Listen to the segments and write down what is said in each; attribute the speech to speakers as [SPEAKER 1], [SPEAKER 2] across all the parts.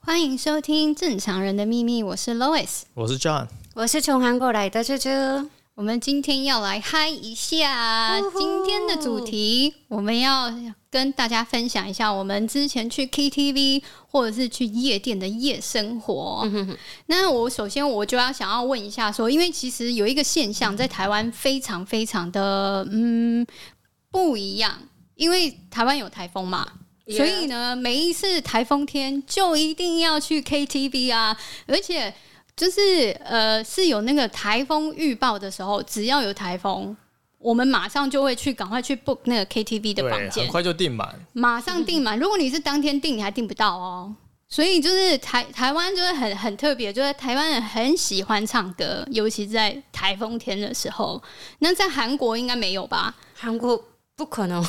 [SPEAKER 1] 欢迎收听《正常人的秘密》，我是 Lois。
[SPEAKER 2] 我是 John，
[SPEAKER 3] 我是从韩国来的啾啾，
[SPEAKER 1] 我们今天要来嗨一下，
[SPEAKER 3] 呼呼
[SPEAKER 1] 今天的主题我们要跟大家分享一下我们之前去 KTV 或者是去夜店的夜生活。
[SPEAKER 3] 嗯
[SPEAKER 1] 那我首先我就要想要问一下说，因为其实有一个现象在台湾非常非常的嗯不一样，因为台湾有台风嘛。
[SPEAKER 3] Yeah
[SPEAKER 1] 所以呢，每一次台风天就一定要去 KTV 啊，而且就是呃是有那个台风预报的时候，只要有台风，我们马上就会去赶快去 book 那个 KTV 的
[SPEAKER 2] 对，
[SPEAKER 1] 房
[SPEAKER 2] 很
[SPEAKER 1] 间，
[SPEAKER 2] 快就订满，
[SPEAKER 1] 马上订满。如果你是当天订，你还订不到哦。所以就是台台湾就是很很特别，就是台湾人很喜欢唱歌，尤其在台风天的时候。那在韩国应该没有吧？
[SPEAKER 3] 韩国不可 能，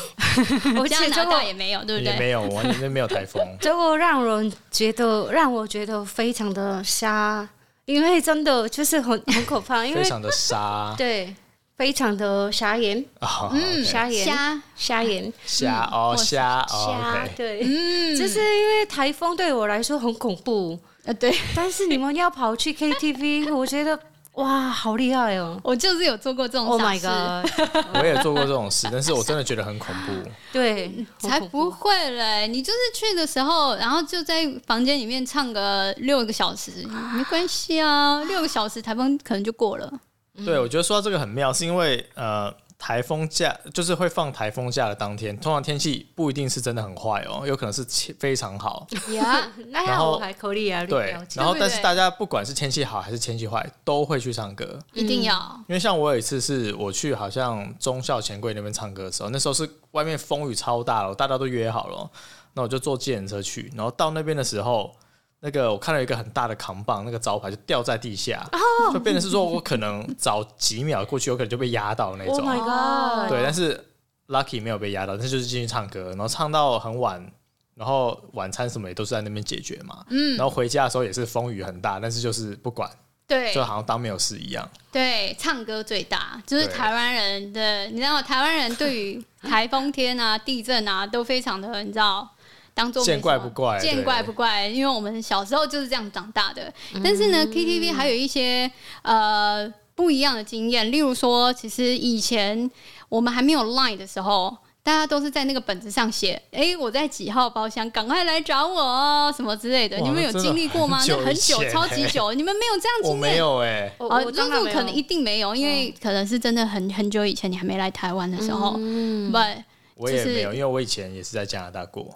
[SPEAKER 3] 我
[SPEAKER 1] 加
[SPEAKER 3] 觉
[SPEAKER 1] 拿大
[SPEAKER 3] 得。
[SPEAKER 1] 也没有，对不
[SPEAKER 2] 也
[SPEAKER 1] 对？
[SPEAKER 2] 没 有，完全没有台风
[SPEAKER 3] 这个让人觉得让我觉得非常的瞎，因为真的就是很很可怕，因
[SPEAKER 2] 非
[SPEAKER 3] 为
[SPEAKER 2] 常的 沙
[SPEAKER 3] 对非常的瞎眼，
[SPEAKER 2] 啊，
[SPEAKER 1] 嗯，
[SPEAKER 2] 虾
[SPEAKER 3] 瞎眼
[SPEAKER 1] 虾
[SPEAKER 3] 瞎眼，
[SPEAKER 2] 虾哦
[SPEAKER 1] 我
[SPEAKER 2] 虾哦
[SPEAKER 3] 瞎
[SPEAKER 2] ，OK，
[SPEAKER 3] 对，嗯，就是因为台风对我来说很恐怖，
[SPEAKER 1] 呃，对
[SPEAKER 3] 但是你们要跑去 KTV，我觉得哇，好厉害哦
[SPEAKER 1] 我就是有做过这种
[SPEAKER 3] ！Oh
[SPEAKER 1] 傻
[SPEAKER 3] my
[SPEAKER 1] 事。
[SPEAKER 3] god，
[SPEAKER 2] 我也做过这种事，但是我真的觉得很恐怖。
[SPEAKER 3] 对，
[SPEAKER 1] 才
[SPEAKER 3] 很恐怖
[SPEAKER 1] 不会嘞！你就是去的时候，然后就在房间里面唱个六个小时，没关系啊，六个小时台风可能就过了。
[SPEAKER 2] 对，我觉得说到这个很妙，是因为呃，台风假就是会放台风假的当天，通常天气不一定是真的很坏哦，有可能是气非常好。
[SPEAKER 1] 呀，
[SPEAKER 3] 那
[SPEAKER 2] 然
[SPEAKER 3] 样
[SPEAKER 2] 后
[SPEAKER 3] 我还可以啊，
[SPEAKER 2] 对
[SPEAKER 3] 了，解
[SPEAKER 2] 然后
[SPEAKER 1] 对
[SPEAKER 2] 但
[SPEAKER 1] 对
[SPEAKER 2] 是大家不管是天气好还是天气坏，都会去唱歌。
[SPEAKER 1] 一定要
[SPEAKER 2] 因为像我有一次是我去好像忠孝钱柜那边唱歌的时候，那时候是外面风雨超大了，大家都约好了，那我就坐计程车去，然后到那边的时候，那个我看到一个很大的扛棒，那个招牌就掉在地下，
[SPEAKER 1] 哦
[SPEAKER 2] 就变成是说我可能早几秒过去，有可能就被压到那种。
[SPEAKER 3] ，Oh my
[SPEAKER 1] 哦
[SPEAKER 3] god，
[SPEAKER 2] 对，但是 Lucky 没有被压到，但是就是进去唱歌，然后唱到很晚，然后晚餐什么也都是在那边解决嘛。嗯，然后回家的时候也是风雨很大，但是就是不管，
[SPEAKER 1] 对
[SPEAKER 2] 就好像当没有事一样。
[SPEAKER 1] 对，唱歌最大，就是
[SPEAKER 2] 对
[SPEAKER 1] 台湾人的，你知道台湾人对于台风天啊、地震啊都非常的，你知道。当做
[SPEAKER 2] 见怪不怪
[SPEAKER 1] 见
[SPEAKER 2] 对
[SPEAKER 1] 怪不怪，因为我们小时候就是这样长大的。
[SPEAKER 2] 嗯
[SPEAKER 1] 但是呢、k t v 还有一些呃不一样的经验，例如说，其实以前我们还没有 Line 的时候，大家都是在那个本子上写：“哎、我在几号包厢，赶快来找我哦，什么之类的。”
[SPEAKER 2] 哇
[SPEAKER 1] 你们有
[SPEAKER 2] 那真的
[SPEAKER 1] 经历过吗？
[SPEAKER 2] 很
[SPEAKER 1] 那
[SPEAKER 2] 久
[SPEAKER 1] 很
[SPEAKER 2] 以
[SPEAKER 1] 久，
[SPEAKER 2] 前
[SPEAKER 1] 超级
[SPEAKER 2] 欸
[SPEAKER 1] 久，你们没有这样经
[SPEAKER 2] 我
[SPEAKER 1] 验？
[SPEAKER 2] 没有哎、
[SPEAKER 3] 我
[SPEAKER 1] 哦，
[SPEAKER 3] 我
[SPEAKER 1] 就是
[SPEAKER 3] 当然没有
[SPEAKER 1] 可能一定没有，因
[SPEAKER 2] 嗯
[SPEAKER 1] 为可能是真的很很久以前，你还没来台湾的时候。嗯，
[SPEAKER 2] 我
[SPEAKER 1] 就
[SPEAKER 2] 也
[SPEAKER 1] 是
[SPEAKER 2] 没有，因为我以前也是在加拿大过。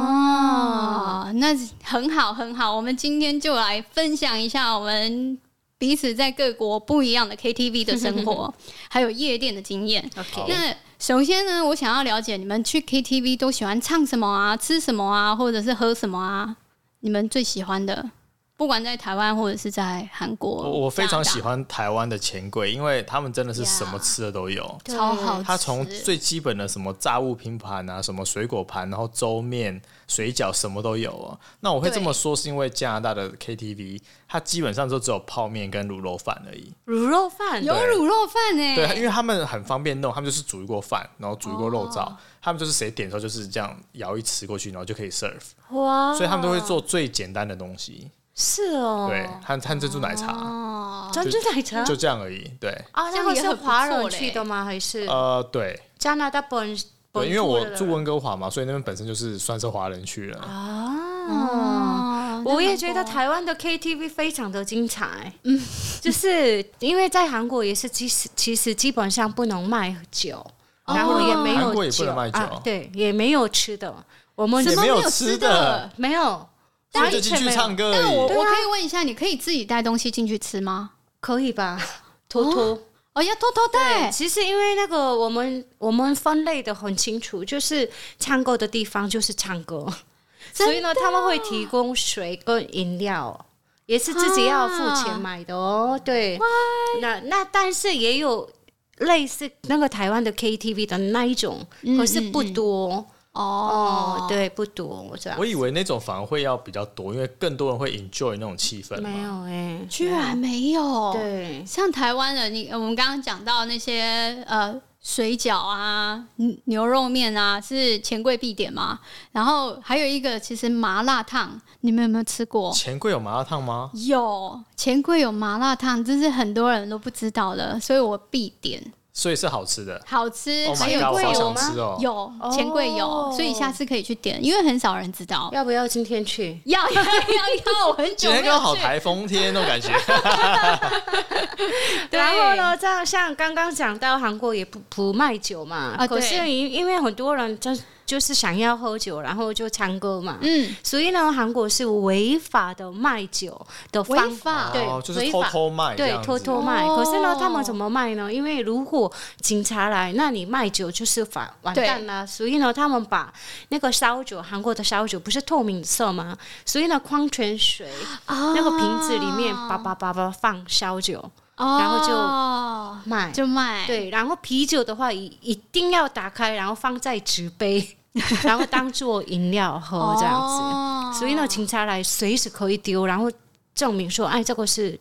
[SPEAKER 3] 哦，
[SPEAKER 1] 啊，那很好很好，我们今天就来分享一下我们彼此在各国不一样的 KTV 的生 活，还有夜店的经验。
[SPEAKER 2] 好
[SPEAKER 3] OK，
[SPEAKER 1] 那首先呢，我想要了解你们去 KTV 都喜欢唱什么啊，吃什么啊，或者是喝什么啊？你们最喜欢的，不管在台湾或者是在韩国，
[SPEAKER 2] 我我非常
[SPEAKER 1] 加拿大
[SPEAKER 2] 喜，欢台湾的钱柜，因为他们真的是什么吃的都有。
[SPEAKER 3] 对
[SPEAKER 1] 超好吃。
[SPEAKER 2] 它从最基本的什么炸物拼盘啊，什么水果盘，然后粥面、水饺什么都有哦。那我会
[SPEAKER 1] 对
[SPEAKER 2] 这么说，是因为加拿大的 KTV 它基本上都只有泡面跟卤肉饭而已。
[SPEAKER 3] 卤肉饭
[SPEAKER 1] 有
[SPEAKER 2] 对
[SPEAKER 1] 卤肉饭哎、
[SPEAKER 2] 对，啊因为他们很方便弄，他们就是煮一锅饭，然后煮一锅肉燥，他们就是谁点的时候就是这样舀一匙过去，然后就可以 serve，
[SPEAKER 3] 哇，
[SPEAKER 2] 所以他们都会做最简单的东西。
[SPEAKER 3] 是哦，
[SPEAKER 2] 对，和和珍珠奶茶。
[SPEAKER 1] 哦，
[SPEAKER 3] 珍珠奶茶
[SPEAKER 2] 就这样而已。对，
[SPEAKER 3] 啊，
[SPEAKER 1] 这
[SPEAKER 3] 那
[SPEAKER 1] 样
[SPEAKER 3] 个
[SPEAKER 1] 也
[SPEAKER 3] 是
[SPEAKER 1] 很不
[SPEAKER 3] 华人
[SPEAKER 1] 错嘞
[SPEAKER 3] 去的吗？还是
[SPEAKER 2] 呃，对，
[SPEAKER 3] 加拿大本
[SPEAKER 2] 对，
[SPEAKER 3] 本
[SPEAKER 2] 因为我
[SPEAKER 3] 的
[SPEAKER 2] 住温哥华嘛，所以那边本身就是算是华人区了。
[SPEAKER 3] 啊？
[SPEAKER 1] 哦
[SPEAKER 3] 我也觉得台湾的 KTV 非常的精彩，嗯，就是因为在韩国也是，其实其实基本上不能卖酒，
[SPEAKER 1] 哦
[SPEAKER 3] 然后也没
[SPEAKER 2] 韩国
[SPEAKER 3] 有
[SPEAKER 2] 也不能卖酒
[SPEAKER 3] 啊，对，也没有吃的，我们
[SPEAKER 2] 也
[SPEAKER 1] 什么
[SPEAKER 2] 没有
[SPEAKER 1] 吃
[SPEAKER 2] 吃的，
[SPEAKER 3] 没有，
[SPEAKER 2] 所以
[SPEAKER 3] 完
[SPEAKER 2] 就进
[SPEAKER 3] 全
[SPEAKER 2] 去
[SPEAKER 3] 没有
[SPEAKER 2] 唱歌而
[SPEAKER 1] 但我
[SPEAKER 3] 啊
[SPEAKER 2] 已。
[SPEAKER 1] 我可以问一下，你可以自己带东西进去吃吗？
[SPEAKER 3] 可以吧？偷偷。
[SPEAKER 1] 哦，要偷偷带
[SPEAKER 3] 其实因为那个我们我们分类的很清楚，就是唱歌的地方就是唱 歌，
[SPEAKER 1] 真的啊
[SPEAKER 3] 所以呢他们会提供水跟饮料，也是自己要付钱买的哦。对，那那但是也有类似那个台湾的 KTV 的那一种，可是不多哦
[SPEAKER 1] 哦，，
[SPEAKER 3] 对，不多这样
[SPEAKER 2] 我。以为那种反而会要比较多，因为更多人会 enjoy 那种气氛
[SPEAKER 3] 没
[SPEAKER 2] 嘛。
[SPEAKER 3] 有哎、
[SPEAKER 1] 居然没有。，
[SPEAKER 3] 对
[SPEAKER 1] 像台湾人，你我们刚刚讲到那些呃水饺啊、牛牛肉面啊是钱柜必点嘛。然后还有一个，其实麻辣烫，你们有没有吃过？
[SPEAKER 2] 钱柜有麻辣烫吗？
[SPEAKER 1] 有钱柜有麻辣烫，这是很多人都不知道的，所以我必点，
[SPEAKER 2] 所以是好吃的。
[SPEAKER 1] 好吃。
[SPEAKER 2] Oh
[SPEAKER 1] 还
[SPEAKER 2] my
[SPEAKER 1] 有
[SPEAKER 2] god，我
[SPEAKER 3] 贵
[SPEAKER 2] 好
[SPEAKER 3] 有
[SPEAKER 2] 想
[SPEAKER 3] 吗
[SPEAKER 2] 吃哦！
[SPEAKER 1] 有钱柜有，
[SPEAKER 3] 哦
[SPEAKER 1] 所以下次可以去点，因为很少人知道。
[SPEAKER 3] 要不要今天去？
[SPEAKER 1] 要要要要！我很久
[SPEAKER 2] 今天
[SPEAKER 1] 没有
[SPEAKER 2] 刚好
[SPEAKER 1] 去
[SPEAKER 2] 台风天那种感觉，
[SPEAKER 1] 对
[SPEAKER 3] 然后呢，像像刚刚讲到韩国也不不卖酒嘛，
[SPEAKER 1] 啊
[SPEAKER 3] 可
[SPEAKER 1] 对
[SPEAKER 3] 是因因为很多人就就是想要喝酒，然后就唱歌嘛，
[SPEAKER 1] 嗯，
[SPEAKER 3] 所以呢，韩国是违法的卖酒的
[SPEAKER 1] 违
[SPEAKER 3] 方
[SPEAKER 1] 法
[SPEAKER 3] 对
[SPEAKER 2] 哦，就是
[SPEAKER 3] 违
[SPEAKER 2] 偷
[SPEAKER 3] 法
[SPEAKER 2] 偷卖这
[SPEAKER 3] 对，
[SPEAKER 2] 样子，
[SPEAKER 3] 偷偷卖。
[SPEAKER 1] 哦
[SPEAKER 3] 可是呢，他们怎么卖呢？因为如果警察来，那你卖酒就是反完蛋啦。所以呢，他们把那个烧酒，韩国的烧酒不是透明色吗？所以呢，矿泉水、
[SPEAKER 1] 哦
[SPEAKER 3] 那个瓶子里面叭叭叭叭放烧酒
[SPEAKER 1] 然
[SPEAKER 3] 后就
[SPEAKER 1] 就
[SPEAKER 3] 卖。
[SPEAKER 1] 哦就卖，，
[SPEAKER 3] 对，然后啤酒的话，一一定要打开，然后放在纸杯， 然后当做饮料喝这样子。
[SPEAKER 1] 哦
[SPEAKER 3] 所以呢，警察来随时可以丢，然后证明说，哎，这个是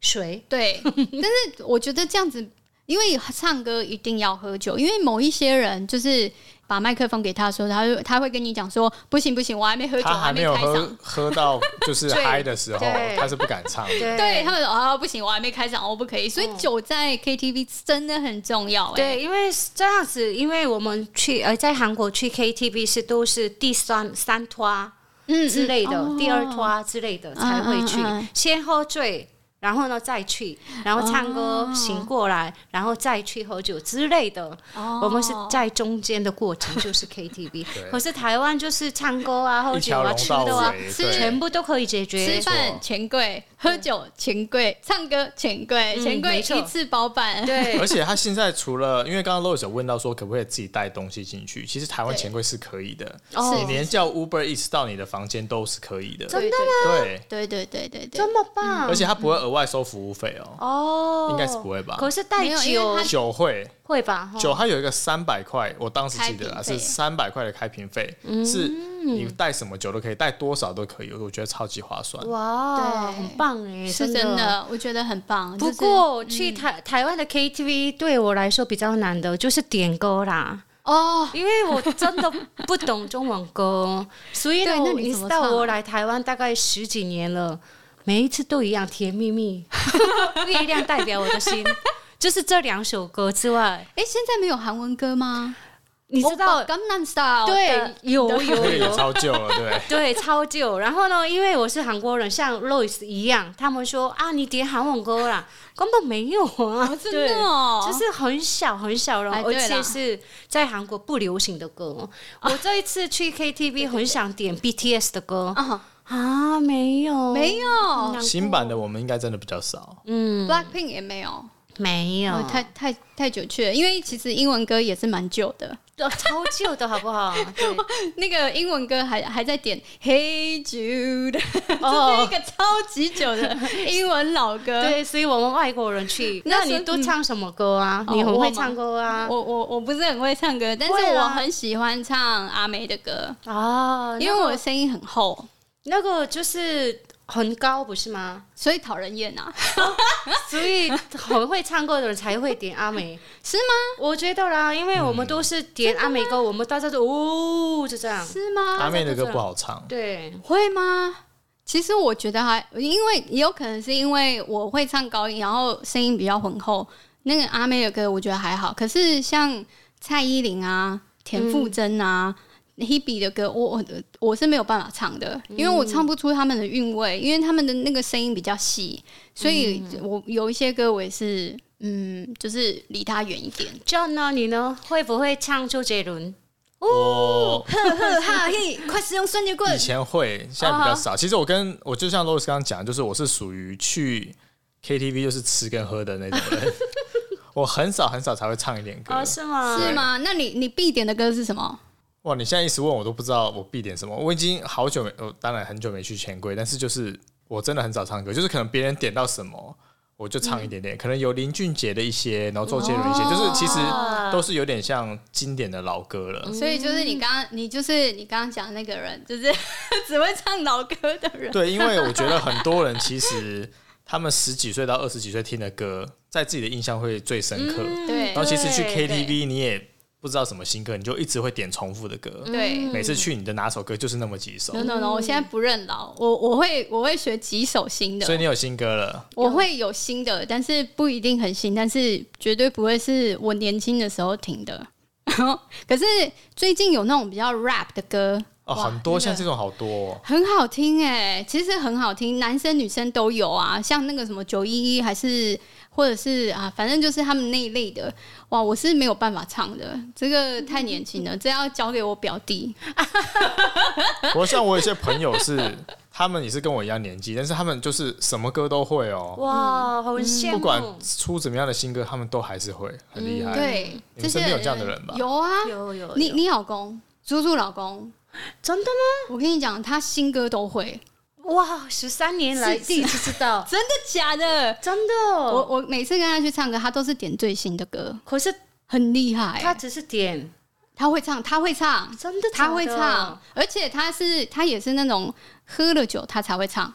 [SPEAKER 3] 水。
[SPEAKER 1] 对，但是我觉得这样子，因为唱歌一定要喝酒，因为某一些人就是把麦克风给他说，他就他会跟你讲说，不行不行，我还没喝酒，
[SPEAKER 2] 他还
[SPEAKER 1] 没
[SPEAKER 2] 没有
[SPEAKER 1] 开嗓
[SPEAKER 2] 喝。喝到就是
[SPEAKER 1] 对
[SPEAKER 2] 嗨的时候
[SPEAKER 3] 对，
[SPEAKER 2] 他是不敢唱的。
[SPEAKER 3] 对
[SPEAKER 1] 对他们说啊，不行，我还没开嗓，我不可以。所以
[SPEAKER 3] 嗯
[SPEAKER 1] 酒在 KTV 真的很重要、欸。，
[SPEAKER 3] 对，因为这样子，因为我们去呃，在韩国去 KTV 是都是第三三拖
[SPEAKER 1] 嗯
[SPEAKER 3] 之类的，
[SPEAKER 2] 哦
[SPEAKER 3] 第二
[SPEAKER 1] 团
[SPEAKER 3] 拖之类的才会去，
[SPEAKER 1] 嗯嗯嗯
[SPEAKER 3] 先喝醉。然后呢，再去，然后唱歌、醒过来，然后再去喝酒之类的。我们是在中间的过程，就是 KTV
[SPEAKER 2] 哦 对。
[SPEAKER 3] 可是台湾就是唱歌啊、喝
[SPEAKER 2] 一
[SPEAKER 3] 酒
[SPEAKER 2] 条
[SPEAKER 3] 啊、
[SPEAKER 2] 龙
[SPEAKER 3] 吃
[SPEAKER 2] 到
[SPEAKER 3] 的啊，
[SPEAKER 2] 尾，
[SPEAKER 1] 吃
[SPEAKER 2] 对
[SPEAKER 3] 全部都可以解
[SPEAKER 1] 吃
[SPEAKER 3] 决。
[SPEAKER 1] 饭钱柜，喝酒钱柜，唱歌钱柜，
[SPEAKER 3] 嗯
[SPEAKER 1] 钱柜
[SPEAKER 3] 没错
[SPEAKER 1] 一次包办。
[SPEAKER 3] 对
[SPEAKER 2] 而且他现在除了，因为刚刚 Lois 有问到说可不可以自己带东西进去，其实台湾
[SPEAKER 1] 对
[SPEAKER 2] 钱柜是可以的，
[SPEAKER 3] 哦
[SPEAKER 2] 你连叫 Uber Eats 到你的房间都是可以的，
[SPEAKER 3] 真的吗？嗯
[SPEAKER 1] 对
[SPEAKER 2] 对，
[SPEAKER 1] 对对对对
[SPEAKER 3] 这，么棒！
[SPEAKER 2] 而且他不会额外收服务费哦，
[SPEAKER 3] 哦，
[SPEAKER 2] 应该是不会吧
[SPEAKER 3] 可是带
[SPEAKER 1] 没有因为
[SPEAKER 3] 酒
[SPEAKER 1] 它
[SPEAKER 2] 酒会。
[SPEAKER 3] 会吧？哦哈
[SPEAKER 2] 酒它有一个三百块，我当时记得啊
[SPEAKER 1] 开瓶
[SPEAKER 2] 是
[SPEAKER 1] 费
[SPEAKER 2] 三百块的开瓶费，是你带什么酒都可以，带多少都可以，我觉得超级划算。
[SPEAKER 3] 哇，
[SPEAKER 1] 对
[SPEAKER 3] 很棒哎，
[SPEAKER 1] 是真。的，我觉得很棒。
[SPEAKER 3] 不
[SPEAKER 1] 就是
[SPEAKER 3] 过去台台湾的 KTV 对我来说比较难的就是点歌啦，
[SPEAKER 1] 哦，
[SPEAKER 3] 因为我真的不懂中文歌，所以呢
[SPEAKER 1] 对那，你
[SPEAKER 3] 你
[SPEAKER 1] 怎么
[SPEAKER 3] 知道
[SPEAKER 1] 唱啊
[SPEAKER 3] 我来台湾大概十几年了，每一次都一样，《甜蜜 蜜》《月亮代表我的心》，就是这两首歌之外，
[SPEAKER 1] 哎，现在没有韩文歌吗？
[SPEAKER 3] 你知道
[SPEAKER 1] 我把 Gangnam Style
[SPEAKER 3] 对哦
[SPEAKER 1] 的
[SPEAKER 3] 有
[SPEAKER 1] 的
[SPEAKER 2] 那
[SPEAKER 3] 有
[SPEAKER 2] 个也
[SPEAKER 3] 有，
[SPEAKER 2] 超旧了，对。
[SPEAKER 3] 对，超久。然后呢，因为我是韩国人，像 Louis 一样，他们说啊，你点韩文歌啦，根本没有啊，
[SPEAKER 1] 真
[SPEAKER 3] 对
[SPEAKER 1] 的哦，
[SPEAKER 3] 就是很小很小了，
[SPEAKER 1] 哎
[SPEAKER 3] 而
[SPEAKER 1] 对啦啊
[SPEAKER 3] 且是在韩国不流行的歌。我这一次去 KTV 很想点 BTS 的歌
[SPEAKER 1] 啊，
[SPEAKER 3] 啊，没有，嗯
[SPEAKER 1] 没有
[SPEAKER 3] 很难过
[SPEAKER 2] 新版的我们应该真的比较少，
[SPEAKER 3] 嗯，
[SPEAKER 1] Blackpink 也没有，
[SPEAKER 3] 没有
[SPEAKER 1] 哦，太太太久去了，因为其实英文歌也是蛮久的，
[SPEAKER 3] 哦超旧的好不好？ 对，
[SPEAKER 1] 那个英文歌还还在点 Hey Jude，这是 一
[SPEAKER 3] 哦，
[SPEAKER 1] 个超级久 的英文老歌。
[SPEAKER 3] 对，所以我们外国人去，
[SPEAKER 1] 那嗯
[SPEAKER 3] 那
[SPEAKER 1] 时
[SPEAKER 3] 你都唱什么歌啊？
[SPEAKER 1] 哦
[SPEAKER 3] 你很
[SPEAKER 1] 我
[SPEAKER 3] 会
[SPEAKER 1] 吗
[SPEAKER 3] 唱歌啊？
[SPEAKER 1] 我我我不是很会唱歌，但是
[SPEAKER 3] 会啊
[SPEAKER 1] 我很喜欢唱阿妹的歌，
[SPEAKER 3] 啊，
[SPEAKER 1] 因为哦我的声音很厚，
[SPEAKER 3] 那个就是很高，不是 吗？
[SPEAKER 1] 所以讨人厌啊。
[SPEAKER 3] 所以很会唱歌的人才会点阿美，
[SPEAKER 1] 是吗？
[SPEAKER 3] 我觉得啦，因为我们都是点阿美歌，我们大家都哦就这样，
[SPEAKER 1] 啊是吗？
[SPEAKER 2] 阿妹的
[SPEAKER 3] 这
[SPEAKER 2] 歌
[SPEAKER 3] 个
[SPEAKER 2] 不好唱，
[SPEAKER 3] 对，
[SPEAKER 1] 会吗？其实我觉得还，因为也有可能是因为我会唱高音，然后声音比较浑厚。那个阿妹的歌我觉得还好，可是像蔡依林啊、田馥甄啊、Hebe 的歌，我我我是没有办法唱的，因为我唱不出他们的韵味，因为他们的那个声音比较细，所以我有一些歌我也是，嗯，就是离他远一点。
[SPEAKER 3] John 呢？你呢？会不会唱周杰伦？
[SPEAKER 2] 我
[SPEAKER 1] 呵 哈嘿，快使用双截棍
[SPEAKER 2] 以前会，现在比较少。其实我跟我就像 Rose 刚刚讲，就是我是属于去 KTV 就是吃跟喝的那种人， 我很少很少才会唱一点歌。
[SPEAKER 3] 哦，是吗？
[SPEAKER 1] 是吗？那你你必点的歌是什么？
[SPEAKER 2] 哇，你现在一时问我都不知道我必点什么，我已经好久没，我当然很久没去钱柜，但是就是我真的很少唱歌，就是可能别人点到什么。我就唱一点点，可能有林俊杰的一些，然后周杰伦一些，就是其实都是有点像经典的老歌了。
[SPEAKER 1] 所以就是你刚刚，你就是你刚刚讲的那个人，就是 只会唱老歌的人。
[SPEAKER 2] 对，因为我觉得很多人其实他们十几岁到二十几岁听的歌，在自己的印象会最深刻。
[SPEAKER 1] 对
[SPEAKER 2] 然后其实去
[SPEAKER 3] 嗯对
[SPEAKER 2] KTV 你也不知道什么新歌，你就一直会点重复的歌。
[SPEAKER 3] 嗯
[SPEAKER 1] 对
[SPEAKER 2] 每次去你的哪首歌就是那么几首，
[SPEAKER 1] ，no no no，我现在不认老，我我会我会学几首新
[SPEAKER 2] 所以
[SPEAKER 1] 的，
[SPEAKER 2] 你有新歌了。
[SPEAKER 1] 我会有新的，但是不一定很新，但是绝对不会是我年轻的时候听的。 然后，可是最近有那种比较 rap 的歌，
[SPEAKER 2] 哦，
[SPEAKER 1] 哇
[SPEAKER 2] 很多
[SPEAKER 1] 那个
[SPEAKER 2] 像这种好多、哦，
[SPEAKER 1] 很好听哎、其实很好听，男生女生都有啊，像那个什么九一一，还是或者是啊，反正就是他们那一类的。哇，我是没有办法唱的，这个太年轻了，这要交给我表弟。
[SPEAKER 2] 我像我有一些朋友 是，他们也是跟我一样年纪，但是他们就是什么歌都会哦，
[SPEAKER 3] 哇，好羡
[SPEAKER 2] 嗯
[SPEAKER 3] 慕。嗯
[SPEAKER 2] 不管出怎么样的新歌，他们都还是会，很厉害。，
[SPEAKER 1] 对，这
[SPEAKER 2] 你们
[SPEAKER 1] 些
[SPEAKER 2] 身边有这样的人吧
[SPEAKER 1] 有啊，
[SPEAKER 3] 有有
[SPEAKER 1] 你
[SPEAKER 3] 有
[SPEAKER 1] 你老公，猪猪老公，
[SPEAKER 3] 真的
[SPEAKER 1] 我跟你讲，他新歌都会，
[SPEAKER 3] 吗？哇，十三年来
[SPEAKER 1] 是
[SPEAKER 3] 第一次知道，
[SPEAKER 1] 真的假的？
[SPEAKER 3] 真的。
[SPEAKER 1] 我我每次跟他去唱歌，他都是点最新的歌，
[SPEAKER 3] 可是
[SPEAKER 1] 很厉害、
[SPEAKER 3] 他只是点，
[SPEAKER 1] 他会唱，他会唱，
[SPEAKER 3] 真的
[SPEAKER 1] 他会
[SPEAKER 3] 假的
[SPEAKER 1] 唱，而且他是他也是那种喝了酒他才会唱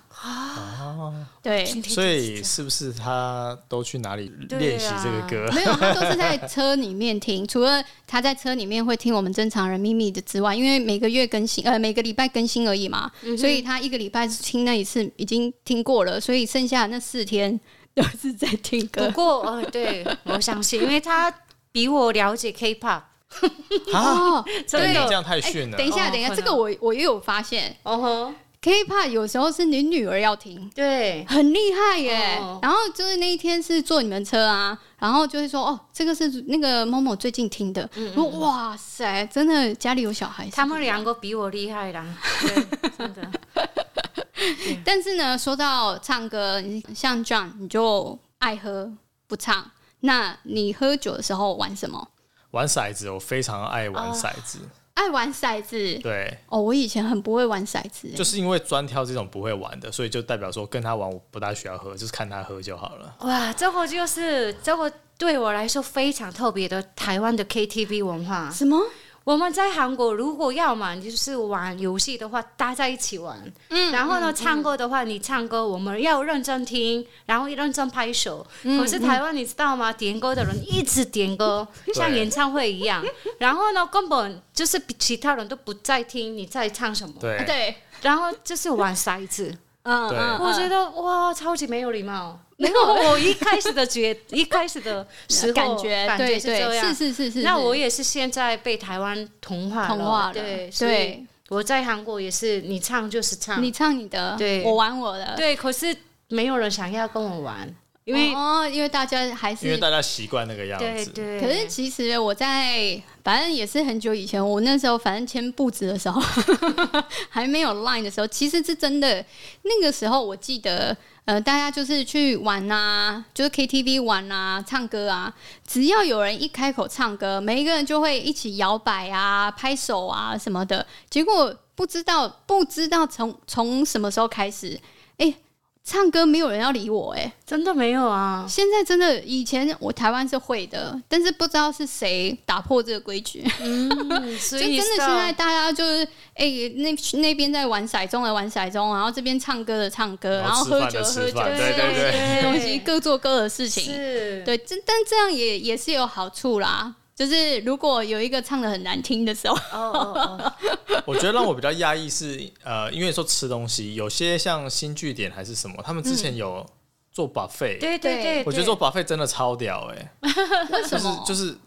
[SPEAKER 1] 对，
[SPEAKER 2] 所以是不是他都去哪里练习这
[SPEAKER 3] 啊
[SPEAKER 2] 个 歌？
[SPEAKER 1] 没有，他都是在车里面听。除了他在车里面会听我们正常人秘密的之外，因为每个月更新，呃，每个礼拜更新而已嘛，
[SPEAKER 3] 嗯
[SPEAKER 1] 所以他一个礼拜听那一次已经听过了，所以剩下那四天都是在听
[SPEAKER 3] 不
[SPEAKER 1] 歌。
[SPEAKER 3] 过呃， 对我相信，因为他比我了解 K-pop，
[SPEAKER 2] 啊，
[SPEAKER 1] 哦，
[SPEAKER 2] 那
[SPEAKER 3] 真
[SPEAKER 2] 你 这
[SPEAKER 3] 的。
[SPEAKER 2] 样太逊了
[SPEAKER 1] 等。一下，
[SPEAKER 3] 哦
[SPEAKER 1] 等一
[SPEAKER 3] 会
[SPEAKER 1] 下，
[SPEAKER 3] 啊
[SPEAKER 1] 这个我我也有发现
[SPEAKER 3] 哦吼，
[SPEAKER 1] ，K-pop 有时候是你女儿要听。
[SPEAKER 3] 对，
[SPEAKER 1] 很厉害耶、
[SPEAKER 3] 哦
[SPEAKER 1] 然后就是那一天是坐你们车啊，然后就会说哦，这个是那个某某最近听的，说哇塞，真的家里有小孩，
[SPEAKER 3] 他们两个比我厉害啦，对真的。
[SPEAKER 1] 但是呢，说到唱歌，你像 John 你就爱喝不唱，那你喝酒的时候玩什么？
[SPEAKER 2] 玩骰子，我非常爱玩骰子。
[SPEAKER 1] 爱玩骰子
[SPEAKER 2] 对，
[SPEAKER 1] 哦，我以前很不会玩骰子耶，
[SPEAKER 2] 就是因为专挑这种不会玩的，所以就代表说跟他玩我不大需要喝，就是看他喝就好了。
[SPEAKER 3] 哇，这个就是这个对我来说非常特别的台湾的 KTV 文化。
[SPEAKER 1] 什么？
[SPEAKER 3] 我们在韩国如果要嘛，就是玩游戏的话，大家一起玩。嗯，然后呢，唱歌的话，你唱歌我们要认真听，然后认真拍手。
[SPEAKER 1] 嗯
[SPEAKER 3] 可是台湾你知道吗？点歌的人一直点歌，像演唱会一 样。然后呢，根本就是比其他人都不在听你在唱什么，
[SPEAKER 2] 对，
[SPEAKER 1] 啊对，
[SPEAKER 3] 然后就是玩骰 子。
[SPEAKER 1] 嗯
[SPEAKER 2] 对
[SPEAKER 1] 嗯，
[SPEAKER 3] 我觉
[SPEAKER 1] 得
[SPEAKER 3] 得哇，超级没有礼貌。
[SPEAKER 1] 没
[SPEAKER 3] 没
[SPEAKER 1] 有
[SPEAKER 3] 有，我一开始的觉，一开始的时候
[SPEAKER 1] 感觉
[SPEAKER 3] 感
[SPEAKER 1] 对
[SPEAKER 3] 觉是这
[SPEAKER 1] 对，
[SPEAKER 3] 样。
[SPEAKER 1] 是是是是，
[SPEAKER 3] 那我
[SPEAKER 1] 也
[SPEAKER 3] 也是现在被台湾同化了，
[SPEAKER 1] 同化了，
[SPEAKER 3] 对对。
[SPEAKER 1] 对。嗯
[SPEAKER 3] 我在韩国也是，你唱就是唱，
[SPEAKER 1] 你唱你的，
[SPEAKER 3] 对
[SPEAKER 1] 我玩我的，
[SPEAKER 3] 对。可是没有人想要跟我玩，因为、
[SPEAKER 1] 哦，因为大家还
[SPEAKER 2] 因为
[SPEAKER 1] 是。
[SPEAKER 2] 大家习惯那个样
[SPEAKER 3] 对
[SPEAKER 2] 子。
[SPEAKER 3] 对。
[SPEAKER 1] 可是其实我在，反正也是很久以前，我那时候反正签布子的时候， 还没有 Line 的时候，其实是真的。那个时候我记得，呃，大家就是去玩啊，就是 KTV 玩啊，唱歌啊，只要有人一开口唱歌，每一个人就会一起摇摆啊、拍手啊什么的。结果不知道不知道从从什么时候开始，哎、唱歌没有人要理我、哎。
[SPEAKER 3] 真的没有啊，
[SPEAKER 1] 现在真的，以前我台湾是会的，但是不知道是谁打破这个规 矩，
[SPEAKER 3] 嗯，所
[SPEAKER 1] 就真
[SPEAKER 3] 以你
[SPEAKER 1] 的
[SPEAKER 3] 知
[SPEAKER 1] 现
[SPEAKER 3] 道
[SPEAKER 1] 在大家就是，哎、那那边在玩骰盅的玩骰盅，然后这边唱歌的唱歌，然
[SPEAKER 2] 然
[SPEAKER 1] 后
[SPEAKER 2] 后
[SPEAKER 1] 喝酒的喝
[SPEAKER 2] 吃
[SPEAKER 1] 酒，
[SPEAKER 2] 饭的吃
[SPEAKER 1] 吃东
[SPEAKER 2] 饭对对
[SPEAKER 1] 西
[SPEAKER 2] 对
[SPEAKER 1] 吃东西，各做各的事情。
[SPEAKER 3] 是，
[SPEAKER 1] 对，这但这样也也是有好处啦，就是如果有一个唱的很难听的时候，
[SPEAKER 3] 哦哦
[SPEAKER 2] 我觉得让我比较压抑是，呃，因为说吃东西，有些像新据点还是什么，他们之
[SPEAKER 1] 嗯
[SPEAKER 2] 前有做 buffet，、
[SPEAKER 3] 哦，对对对，
[SPEAKER 2] 我觉得做 buffet 真的超屌哎、
[SPEAKER 1] 为什
[SPEAKER 2] 就是
[SPEAKER 1] 么？
[SPEAKER 2] 就是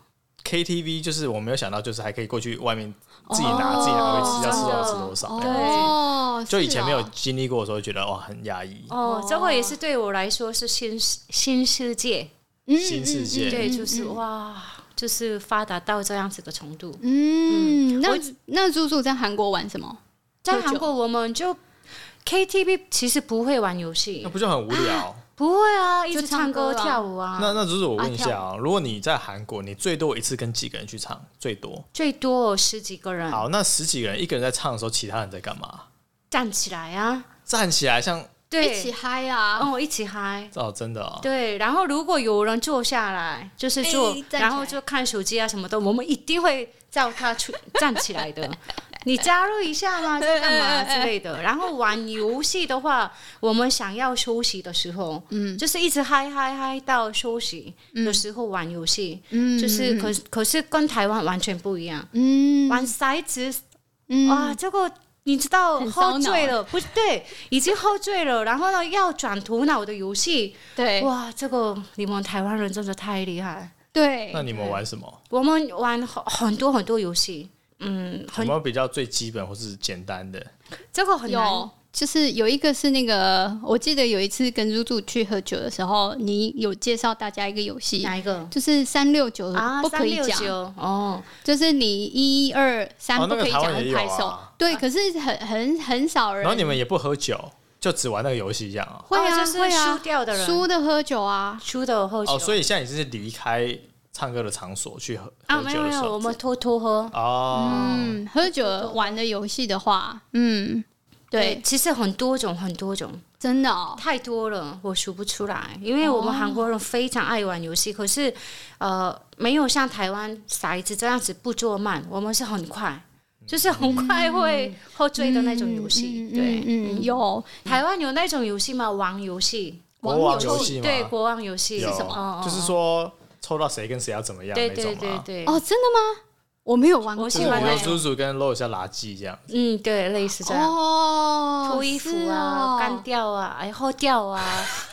[SPEAKER 2] KTV，就是我没有想到，就是还可以过去外面自己拿、自己拿回吃，要吃多少吃多少。
[SPEAKER 3] 对
[SPEAKER 1] 哦，
[SPEAKER 2] 就以前没有
[SPEAKER 1] 是哦
[SPEAKER 2] 经历过的时候，觉得哇很压抑，
[SPEAKER 3] 哦，这个也是对我来说是新世新世界，
[SPEAKER 2] 新世界。
[SPEAKER 3] 对，
[SPEAKER 1] 嗯
[SPEAKER 3] 就是哇，就是发达到这样子的程度。
[SPEAKER 1] 嗯，那那叔叔在韩国玩什么？
[SPEAKER 3] 在韩国，我们就 KTV 其实不会玩游戏
[SPEAKER 2] 那，不就很无聊？
[SPEAKER 3] 不会啊，一
[SPEAKER 1] 就
[SPEAKER 3] 直唱
[SPEAKER 1] 唱
[SPEAKER 3] 歌
[SPEAKER 1] 歌啊
[SPEAKER 3] 跳舞啊。
[SPEAKER 2] 那那就是我问一下啊，如果你在韩国，你最多一次跟几个人去唱？最多
[SPEAKER 3] 最多十几个人
[SPEAKER 2] 好，那十几个人，一个人在唱的时候，其他人在干嘛？
[SPEAKER 3] 站起来啊，
[SPEAKER 2] 站起来像
[SPEAKER 1] 一起
[SPEAKER 3] 对，
[SPEAKER 1] 嗨啊！
[SPEAKER 3] 哦，一起嗨。
[SPEAKER 2] 哦，真的哦，
[SPEAKER 3] 对，然后如果有人坐下来，就是坐
[SPEAKER 1] 哎站起，来
[SPEAKER 3] 然后就看手机啊什么的，我们一定会叫他出站起来的。你加入一下吗？在干嘛
[SPEAKER 1] 哎哎哎
[SPEAKER 3] 之类的。然后玩游戏的话，我们想要休息的时候，嗯，就是一直嗨嗨嗨到休息的时候玩游戏，
[SPEAKER 1] 嗯
[SPEAKER 3] 就是可可是跟台湾完全不一样。
[SPEAKER 1] 嗯
[SPEAKER 3] 玩骰子，
[SPEAKER 1] 嗯
[SPEAKER 3] 哇，这个你知道
[SPEAKER 1] 很烧脑
[SPEAKER 3] 喝醉了，不是对，已经喝醉了，然后呢要转头脑的游戏，
[SPEAKER 1] 对
[SPEAKER 3] 哇，这个你们台湾人真的太厉害。
[SPEAKER 1] 对
[SPEAKER 2] 那你们玩什么？
[SPEAKER 3] 我们玩很很多很多游戏，嗯，
[SPEAKER 2] 有
[SPEAKER 3] 很
[SPEAKER 2] 没有比较最基本或是简单的？
[SPEAKER 3] 这个很难
[SPEAKER 1] 有。就是有一个是那个，我记得有一次跟猪猪去喝酒的时候，你有介绍大家一个游戏，
[SPEAKER 3] 哪一个
[SPEAKER 1] 就是三六九
[SPEAKER 3] 啊？
[SPEAKER 1] 不可以讲，
[SPEAKER 3] 369哦，
[SPEAKER 1] 就是你一二三
[SPEAKER 2] 哦
[SPEAKER 1] 不
[SPEAKER 2] 那个
[SPEAKER 1] 可以
[SPEAKER 2] 台
[SPEAKER 1] 讲
[SPEAKER 2] 湾也
[SPEAKER 1] 是
[SPEAKER 2] 有
[SPEAKER 1] 拍手
[SPEAKER 2] 啊，
[SPEAKER 1] 对，可是很很很少人
[SPEAKER 2] 然后你们也不喝酒，就只玩那个游戏这样啊？
[SPEAKER 1] 会啊
[SPEAKER 3] 哦就是
[SPEAKER 1] 会啊
[SPEAKER 3] 输掉的人
[SPEAKER 1] 输的喝酒啊，
[SPEAKER 3] 输的喝酒
[SPEAKER 2] 哦，所以现在你是离开唱歌的场所去喝
[SPEAKER 3] 啊，
[SPEAKER 2] 喝
[SPEAKER 3] 没有
[SPEAKER 2] 酒
[SPEAKER 3] 没
[SPEAKER 2] 的时
[SPEAKER 3] 有，我
[SPEAKER 2] 候？
[SPEAKER 3] 们偷偷喝。
[SPEAKER 2] 哦，
[SPEAKER 1] 嗯，喝酒玩的游戏的话，嗯，对，
[SPEAKER 3] 其实很多种，很多种，
[SPEAKER 1] 真的哦，
[SPEAKER 3] 太多了，我数不出来。因为我们韩国人非常爱玩游戏，可是呃，没有像台湾骰子这样子不做慢，我们是很快，就是很快会喝醉的那种游戏。
[SPEAKER 1] 嗯
[SPEAKER 3] 对，
[SPEAKER 1] 嗯，嗯有
[SPEAKER 3] 台湾有那种游戏吗？王游戏，
[SPEAKER 2] 国王游戏吗？
[SPEAKER 3] 对，国王游戏
[SPEAKER 2] 有，
[SPEAKER 3] 哦
[SPEAKER 2] 就是说抽到谁跟谁要怎么样
[SPEAKER 3] 对
[SPEAKER 2] 那
[SPEAKER 3] 对
[SPEAKER 2] 种啊
[SPEAKER 3] 对
[SPEAKER 2] 吗？
[SPEAKER 3] 对，
[SPEAKER 1] 哦，真的吗？我没有玩过
[SPEAKER 3] 我
[SPEAKER 2] 就
[SPEAKER 3] 喜
[SPEAKER 2] 是
[SPEAKER 3] 欢
[SPEAKER 2] 比
[SPEAKER 3] 那
[SPEAKER 2] 如
[SPEAKER 3] 种
[SPEAKER 2] 叔叔跟露一下垃圾这样，
[SPEAKER 3] 嗯，对，类似这样。
[SPEAKER 1] 哦，
[SPEAKER 3] 脱衣服
[SPEAKER 1] 是
[SPEAKER 3] 啊
[SPEAKER 1] 哦，
[SPEAKER 3] 干掉啊，哎，喝掉啊，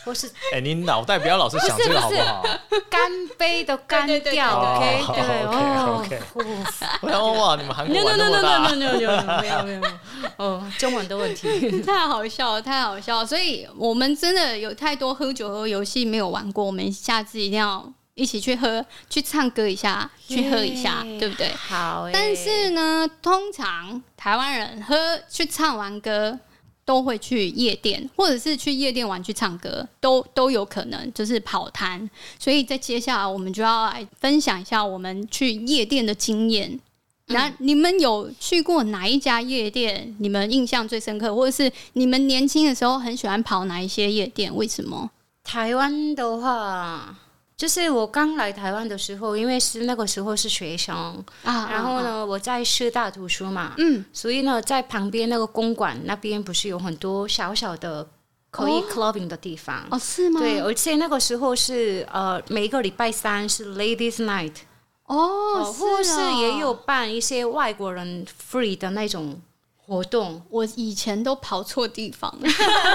[SPEAKER 3] 或是
[SPEAKER 2] 哎、你脑袋不要老是想这个好不 好？
[SPEAKER 3] 干杯都干
[SPEAKER 1] 对对对
[SPEAKER 3] 掉
[SPEAKER 2] 对
[SPEAKER 3] ，OK，
[SPEAKER 2] 对
[SPEAKER 3] 对，哦
[SPEAKER 2] OK，OK，OK
[SPEAKER 3] 哦
[SPEAKER 2] 我想说哇，你们韩国
[SPEAKER 3] no
[SPEAKER 2] 玩那
[SPEAKER 3] no no
[SPEAKER 2] 么
[SPEAKER 3] no
[SPEAKER 2] 大
[SPEAKER 3] no no no no 没有没有没有，哦，中文的问 题。
[SPEAKER 1] 太好笑了，太好笑了！所以我们真的有太多喝酒和游戏没有玩过，我们下次一定要一起去喝、去唱歌一下、去喝一下
[SPEAKER 3] Yeah
[SPEAKER 1] 对不对？
[SPEAKER 3] 好欸，
[SPEAKER 1] 但是呢，通常台湾人喝去唱完歌都会去夜店，或者是去夜店玩去唱歌，都都有可能就是跑摊。所以在接下来我们就要来分享一下我们去夜店的经验。那你们有去过哪一家夜店？你们印象最深刻，或者是你们年轻的时候很喜欢跑哪一些夜店？为什么？
[SPEAKER 3] 台湾的话，就是我刚来台湾的时候，因为是那个时候是学生，
[SPEAKER 1] 啊
[SPEAKER 3] 然后？呢，我在师大读书嘛，
[SPEAKER 1] 嗯，
[SPEAKER 3] 所以呢，在旁边那个公馆那边不是有很多小小的可以
[SPEAKER 1] 哦
[SPEAKER 3] clubbing 的地方。
[SPEAKER 1] 哦，是吗？
[SPEAKER 3] 对，，而且那个时候是呃，每个礼拜三是 Ladies Night，
[SPEAKER 1] 哦，
[SPEAKER 3] 或是
[SPEAKER 1] 哦。
[SPEAKER 3] 也有办一些外国人 free 的那种活动
[SPEAKER 1] 我以前都跑错地方了。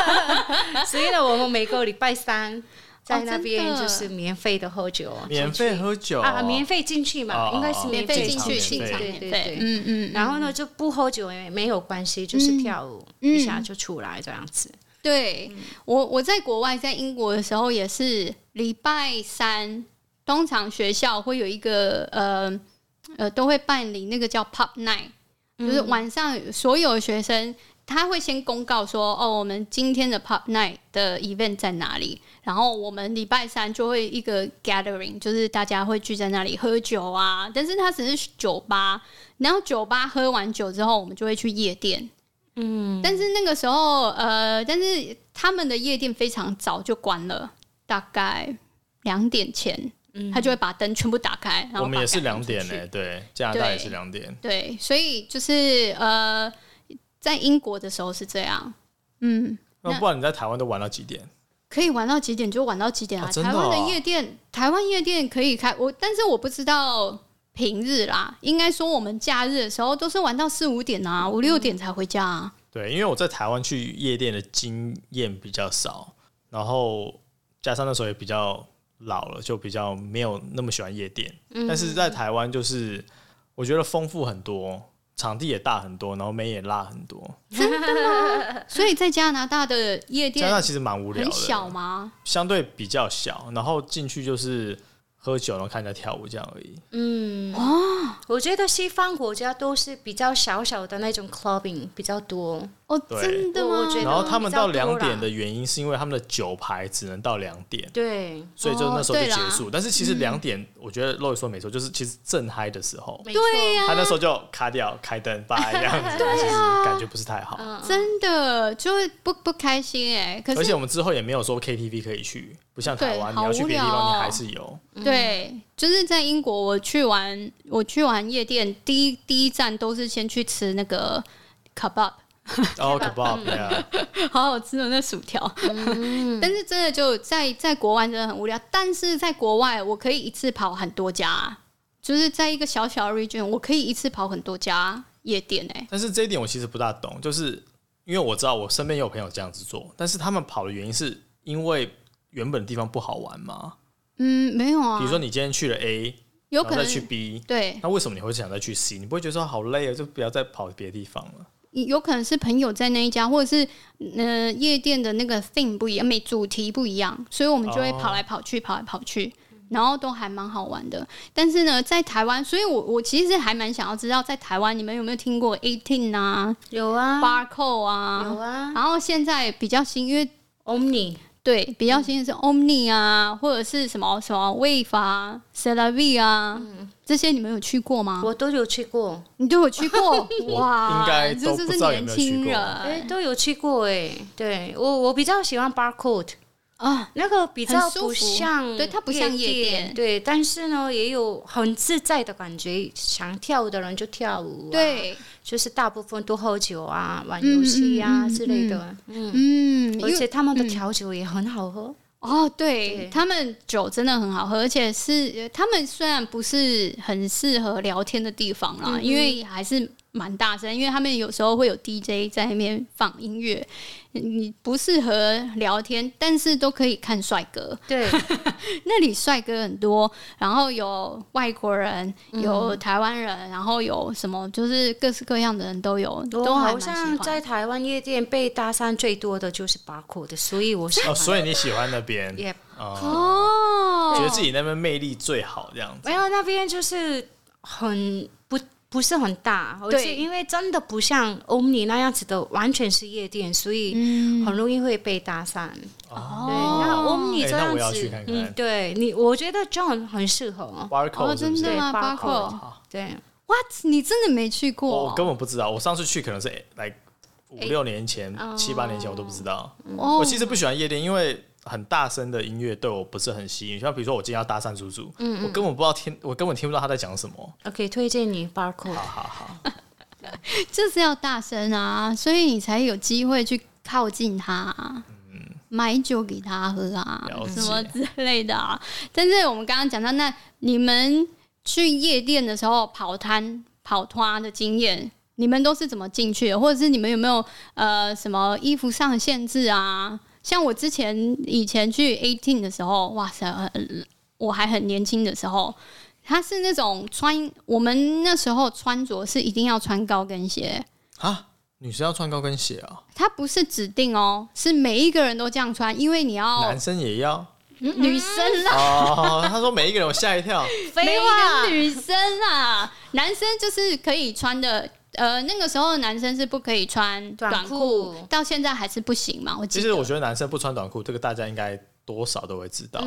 [SPEAKER 3] 所以呢，我们每个礼拜三在那
[SPEAKER 1] 真
[SPEAKER 3] 边
[SPEAKER 1] 的
[SPEAKER 3] 就是免费的喝酒，
[SPEAKER 2] 免费喝酒
[SPEAKER 3] 啊，免费进去嘛，
[SPEAKER 2] 哦
[SPEAKER 3] 应该是
[SPEAKER 1] 免
[SPEAKER 3] 费
[SPEAKER 1] 费进去进
[SPEAKER 3] 进
[SPEAKER 2] 进
[SPEAKER 1] 场
[SPEAKER 2] 场
[SPEAKER 3] 对
[SPEAKER 1] 免
[SPEAKER 3] 对
[SPEAKER 1] 费
[SPEAKER 3] 对，。
[SPEAKER 1] 嗯嗯
[SPEAKER 3] 然后呢，就不喝酒也没有关系，就是跳舞一下就出来这样子。
[SPEAKER 1] 对我我在国外在英国的时候也是礼拜三，通常学校会有一个呃呃都会办理那个叫 pub night，就是晚上所有学生。他会先公告说：“哦，我们今天的 pub night 的 event 在哪里？然后我们礼拜三就会一个 gathering，就是大家会聚在那里喝酒啊。但是它只是酒吧，然后酒吧喝完酒之后，我们就会去夜店。
[SPEAKER 3] 嗯，
[SPEAKER 1] 但是那个时候，呃，但是他们的夜店非常早就关了，大概两点前，他就会把灯全部打开。然后
[SPEAKER 2] 我们
[SPEAKER 1] 把
[SPEAKER 2] 也是
[SPEAKER 1] 赶
[SPEAKER 2] 两
[SPEAKER 1] 出
[SPEAKER 2] 点
[SPEAKER 1] 去
[SPEAKER 2] 呢、对，加拿大也是两点。
[SPEAKER 1] 对，所以就是呃，在英国的时候是这样，嗯，
[SPEAKER 2] 那不然你在台湾都玩到几点？
[SPEAKER 1] 可以玩到几点就玩到几点啊。
[SPEAKER 2] 哦真的
[SPEAKER 1] 台
[SPEAKER 2] 哦
[SPEAKER 1] 湾的夜店，台湾夜店可以开我，但是我不知道平日啦，应该说我们假日的时候都是玩到四五点啊，五六点才回家啊。
[SPEAKER 2] 对，因为我在台湾去夜店的经验比较少，然后加上那时候也比较老了，就比较没有那么喜欢夜店。
[SPEAKER 1] 嗯
[SPEAKER 2] 但是在台湾就是我觉得丰富很多，场地也大很多，然后妹也辣很多。
[SPEAKER 1] 所以在加拿大的夜
[SPEAKER 2] 加
[SPEAKER 1] 店
[SPEAKER 2] 拿大其实蛮无聊
[SPEAKER 1] 很
[SPEAKER 2] 的，
[SPEAKER 1] 小吗？
[SPEAKER 2] 相对比较小，然后进去就是喝酒，然后看人家跳舞这样而已。
[SPEAKER 3] 我觉得西方国家都是比较小小的那种 clubbing 比较多，
[SPEAKER 1] 哦，
[SPEAKER 2] 对
[SPEAKER 1] 真的
[SPEAKER 3] 我
[SPEAKER 1] 吗
[SPEAKER 3] 我？觉得
[SPEAKER 2] 然后他们到
[SPEAKER 3] 比较多
[SPEAKER 2] 两
[SPEAKER 3] 啦
[SPEAKER 2] 点的原因是因为他们的酒牌只能到两点，
[SPEAKER 3] 对，
[SPEAKER 2] 所以就那时
[SPEAKER 1] 哦
[SPEAKER 2] 候就
[SPEAKER 1] 对啦
[SPEAKER 2] 结束。但是其实两点，我觉得肉爷说没错，就是其实正嗨的时候，
[SPEAKER 3] 没错
[SPEAKER 1] 对呀、
[SPEAKER 2] 他那时候就卡掉开灯拜这样 子，
[SPEAKER 1] 啊
[SPEAKER 2] 其实感觉不是太好。
[SPEAKER 1] 真的就会不不开心哎、可
[SPEAKER 2] 而且
[SPEAKER 1] 是
[SPEAKER 2] 我们之后也没有说 KTV 可以去，不像台湾，
[SPEAKER 1] 对
[SPEAKER 2] 你要去别的地
[SPEAKER 1] 好无
[SPEAKER 2] 方
[SPEAKER 1] 聊哦
[SPEAKER 2] 你还是 有。
[SPEAKER 1] 对，就是在英国，我去玩我去玩夜店，第一第一站都是先去吃那个 kebab，
[SPEAKER 2] 哦 k e b a b 呀，
[SPEAKER 1] 好好吃的那薯条。 但是真的就在在国外真的很无聊，但是在国外我可以一次跑很多家啊，就是在一个小小的 region，我可以一次跑很多家夜店哎、
[SPEAKER 2] 但是这一点我其实不大懂，就是因为我知道我身边也有朋友这样子做，但是他们跑的原因是因为原本的地方不好玩嘛。
[SPEAKER 1] 嗯，没有啊，
[SPEAKER 2] 比如说你今天去了 A，
[SPEAKER 1] 有可
[SPEAKER 2] 然后再
[SPEAKER 1] 能
[SPEAKER 2] 去 B，
[SPEAKER 1] 对，
[SPEAKER 2] 那为什么你会想再去 C？你不会觉得说好累啊，就不要再跑别的地方了？
[SPEAKER 1] 有可能是朋友在那一家，或者是呃夜店的那个 theme 不一样，每主题不一样，所以我们就会
[SPEAKER 2] 哦
[SPEAKER 1] 跑来跑去，跑来跑去，然后都还蛮好玩的。但是呢，在台湾，所以我我其实还蛮想要知道，在台湾你们有没有听过 eighteen 啊、
[SPEAKER 3] 有啊
[SPEAKER 1] barcode 啊，
[SPEAKER 3] 有啊
[SPEAKER 1] 然后现在比较新，因为
[SPEAKER 3] ，Omni
[SPEAKER 1] 对比较新的是
[SPEAKER 3] 嗯
[SPEAKER 1] Omni 啊，或者是什么什么 Wave 啊、c e l a v i 啊，这些你们有去过吗？
[SPEAKER 3] 嗯我都有去过，
[SPEAKER 1] 你都有去 过
[SPEAKER 2] 我
[SPEAKER 1] 哇？
[SPEAKER 2] 应该
[SPEAKER 1] 这
[SPEAKER 2] 都
[SPEAKER 1] 就
[SPEAKER 2] 不
[SPEAKER 1] 是
[SPEAKER 2] 知道有
[SPEAKER 1] 年
[SPEAKER 2] 没有去
[SPEAKER 1] 轻
[SPEAKER 2] 过
[SPEAKER 1] 人
[SPEAKER 3] 哎，都有去过哎，对我我比较喜欢 Barcode。
[SPEAKER 1] 啊。
[SPEAKER 3] 那个比较
[SPEAKER 1] 很舒服
[SPEAKER 3] 不像，
[SPEAKER 1] 对它不像夜店
[SPEAKER 3] 对，但是呢，也有很自在的感觉，想跳舞的人就跳舞、，啊
[SPEAKER 1] 对，
[SPEAKER 3] 就是大部分多喝酒啊、玩游戏啊、
[SPEAKER 1] 嗯嗯嗯嗯
[SPEAKER 3] 之类的，嗯，
[SPEAKER 1] 嗯，因
[SPEAKER 3] 而
[SPEAKER 1] 为
[SPEAKER 3] 且他们的调酒也很好喝，
[SPEAKER 1] 哦，对
[SPEAKER 3] 对
[SPEAKER 1] 他们酒真的很好喝，而且是呃他们虽然不是很适合聊天的地方
[SPEAKER 3] 嗯
[SPEAKER 1] 啦，因为还是蛮大声，因为他们有时候会有 DJ 在那边放音乐，你不适合聊天，但是都可以看帅哥，
[SPEAKER 3] 对，
[SPEAKER 1] 那里帅哥很多，然后有外国人，
[SPEAKER 3] 嗯
[SPEAKER 1] 有台湾人，然后有什么就是各式各样的人都有，都还
[SPEAKER 3] 我哦好
[SPEAKER 1] 蛮喜
[SPEAKER 3] 像
[SPEAKER 1] 欢
[SPEAKER 3] 在台湾夜店被搭讪最多的就是 Barcode，所以我喜欢，
[SPEAKER 2] 哦，所以你喜欢那边，
[SPEAKER 3] 也
[SPEAKER 2] 哦，
[SPEAKER 1] 哦，
[SPEAKER 2] 觉得自己那边魅力最好这样子
[SPEAKER 3] 没。有那边就是很不不是很大，而且
[SPEAKER 1] 对
[SPEAKER 3] 因为真的不像欧尼那样子的，完全是夜店，所以
[SPEAKER 1] 嗯
[SPEAKER 3] 很容易会被搭讪。
[SPEAKER 1] 哦
[SPEAKER 3] 对，那欧尼
[SPEAKER 2] 哎
[SPEAKER 3] 这
[SPEAKER 2] 那
[SPEAKER 3] 样
[SPEAKER 2] 我
[SPEAKER 3] 子，
[SPEAKER 2] 要去看看
[SPEAKER 3] 嗯，对你，我觉得 John 很适合。
[SPEAKER 1] 哦，
[SPEAKER 2] Barcode 是
[SPEAKER 1] 真
[SPEAKER 2] 不是？
[SPEAKER 1] 的吗
[SPEAKER 3] 对
[SPEAKER 1] 巴
[SPEAKER 3] 巴扣
[SPEAKER 1] 扣
[SPEAKER 3] 对，
[SPEAKER 1] ？What？你真的没去过？
[SPEAKER 2] 我根本不知道，我上次去可能是来五六年前、七八年前，我都不知道。
[SPEAKER 1] 哦
[SPEAKER 2] 我其实不喜欢夜店，因为很大声的音乐对我不是很吸引。像比如说，我今天要搭讪叔叔，
[SPEAKER 1] 嗯
[SPEAKER 2] 我根本不知道听，我根本听不到他在讲什么。
[SPEAKER 3] OK，推荐你 Barcode。
[SPEAKER 2] 好好，
[SPEAKER 1] 就是要大声啊，所以你才有机会去靠近他、啊，买酒给他喝啊
[SPEAKER 2] 了，解
[SPEAKER 1] 什么之类的啊。但是我们刚刚讲到，那你们去夜店的时候跑摊、跑摊的经验，你们都是怎么进去的？或者是你们有没有呃什么衣服上的限制啊？像我之前以前去 eighteen 的时候，哇塞，呃我还很年轻的时候，它是那种穿我们那时候穿着是一定要穿高跟鞋，
[SPEAKER 2] 啊，女生要穿高跟鞋啊，
[SPEAKER 1] 它不是指定哦，是每一个人都这样穿，因为你要
[SPEAKER 2] 男生也要
[SPEAKER 1] 女生啦，
[SPEAKER 2] 哦。他说每一个人，我吓一跳。
[SPEAKER 1] 每一个女生啦，男生就是可以穿的。呃，那个时候男生是不可以穿
[SPEAKER 3] 短
[SPEAKER 1] 短
[SPEAKER 3] 裤
[SPEAKER 1] 裤，到现在还是不行嘛。我记
[SPEAKER 2] 其
[SPEAKER 1] 得
[SPEAKER 2] 实我觉得男生不穿短裤，这个大家应该多少都会知道啊。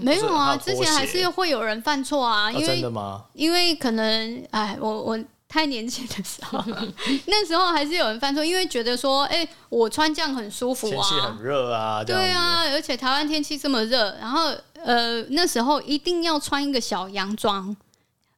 [SPEAKER 1] 没有啊，之
[SPEAKER 2] 就是还有
[SPEAKER 1] 前还
[SPEAKER 2] 拖鞋
[SPEAKER 1] 是会有人犯错啊，
[SPEAKER 2] 啊
[SPEAKER 1] 因为
[SPEAKER 2] 真的吗？
[SPEAKER 1] 因为可能，哎，我我太年轻的时候， 那时候还是有人犯错，因为觉得说，哎、我穿这样很舒服
[SPEAKER 2] 天气很
[SPEAKER 1] 啊，
[SPEAKER 2] 热啊，这样子
[SPEAKER 1] 对，啊，而且台湾天气这么热，然后呃，那时候一定要穿一个小洋装，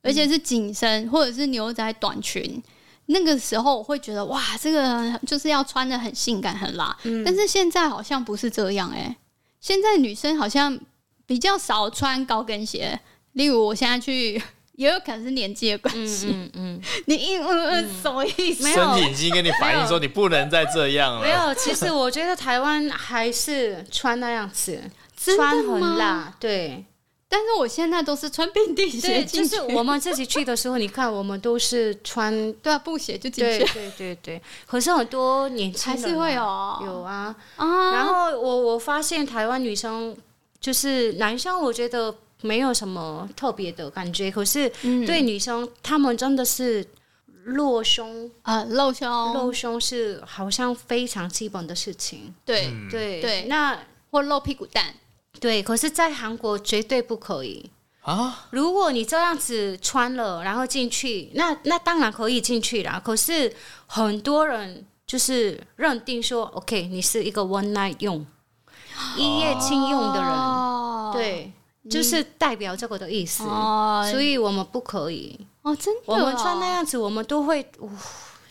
[SPEAKER 1] 而且是紧身或者是牛仔短裙。那个时候我会觉得哇，这个就是要穿的很性感很辣，
[SPEAKER 3] 嗯
[SPEAKER 1] 但是现在好像不是这样哎、现在女生好像比较少穿高跟鞋，例如我现在去， 也有可能是年纪的关系，
[SPEAKER 3] 嗯嗯，
[SPEAKER 1] 你一嗯嗯什么意思？
[SPEAKER 3] 没
[SPEAKER 2] 身体
[SPEAKER 3] 有
[SPEAKER 2] 已经跟你反映说你不能再这样
[SPEAKER 3] 没
[SPEAKER 2] 了。
[SPEAKER 3] 有，其实我觉得台湾还是穿那样子，
[SPEAKER 1] 真的
[SPEAKER 3] 穿很
[SPEAKER 1] 吗
[SPEAKER 3] 辣，对
[SPEAKER 1] 但是我现在都是穿平底鞋
[SPEAKER 3] 对，
[SPEAKER 1] 进
[SPEAKER 3] 就
[SPEAKER 1] 去，
[SPEAKER 3] 是我们自己去的时候，你看我们都是穿
[SPEAKER 1] 对啊，布鞋就进
[SPEAKER 3] 对
[SPEAKER 1] 去，
[SPEAKER 3] 对对对，可是很多年轻
[SPEAKER 1] 还
[SPEAKER 3] 人
[SPEAKER 1] 是会有
[SPEAKER 3] 啊
[SPEAKER 1] 啊
[SPEAKER 3] 有啊。
[SPEAKER 1] 啊
[SPEAKER 3] 然后我我发现台湾女生就是男生，我觉得没有什么特别的感觉，可是对女生，他们真的是露胸，
[SPEAKER 1] 呃，露胸，
[SPEAKER 3] 露胸是好像非常基本的事情。
[SPEAKER 1] 对，
[SPEAKER 3] 对
[SPEAKER 1] 对
[SPEAKER 3] 那
[SPEAKER 1] 或露屁股蛋，
[SPEAKER 3] 对，可是，在韩国绝对不可以。
[SPEAKER 2] 啊，
[SPEAKER 3] 如果你这样子穿了，然后进去，那那当然可以进去啦。可是很多人就是认定说，OK，你是一个 one night 用、
[SPEAKER 2] 哦
[SPEAKER 3] 一夜情用的人，
[SPEAKER 1] 哦，
[SPEAKER 3] 对，就是代表这个的意思。
[SPEAKER 1] 哦，
[SPEAKER 3] 所以我们不可以，
[SPEAKER 1] 哦，真的、哦，
[SPEAKER 3] 我们穿那样子，我们都会，呜，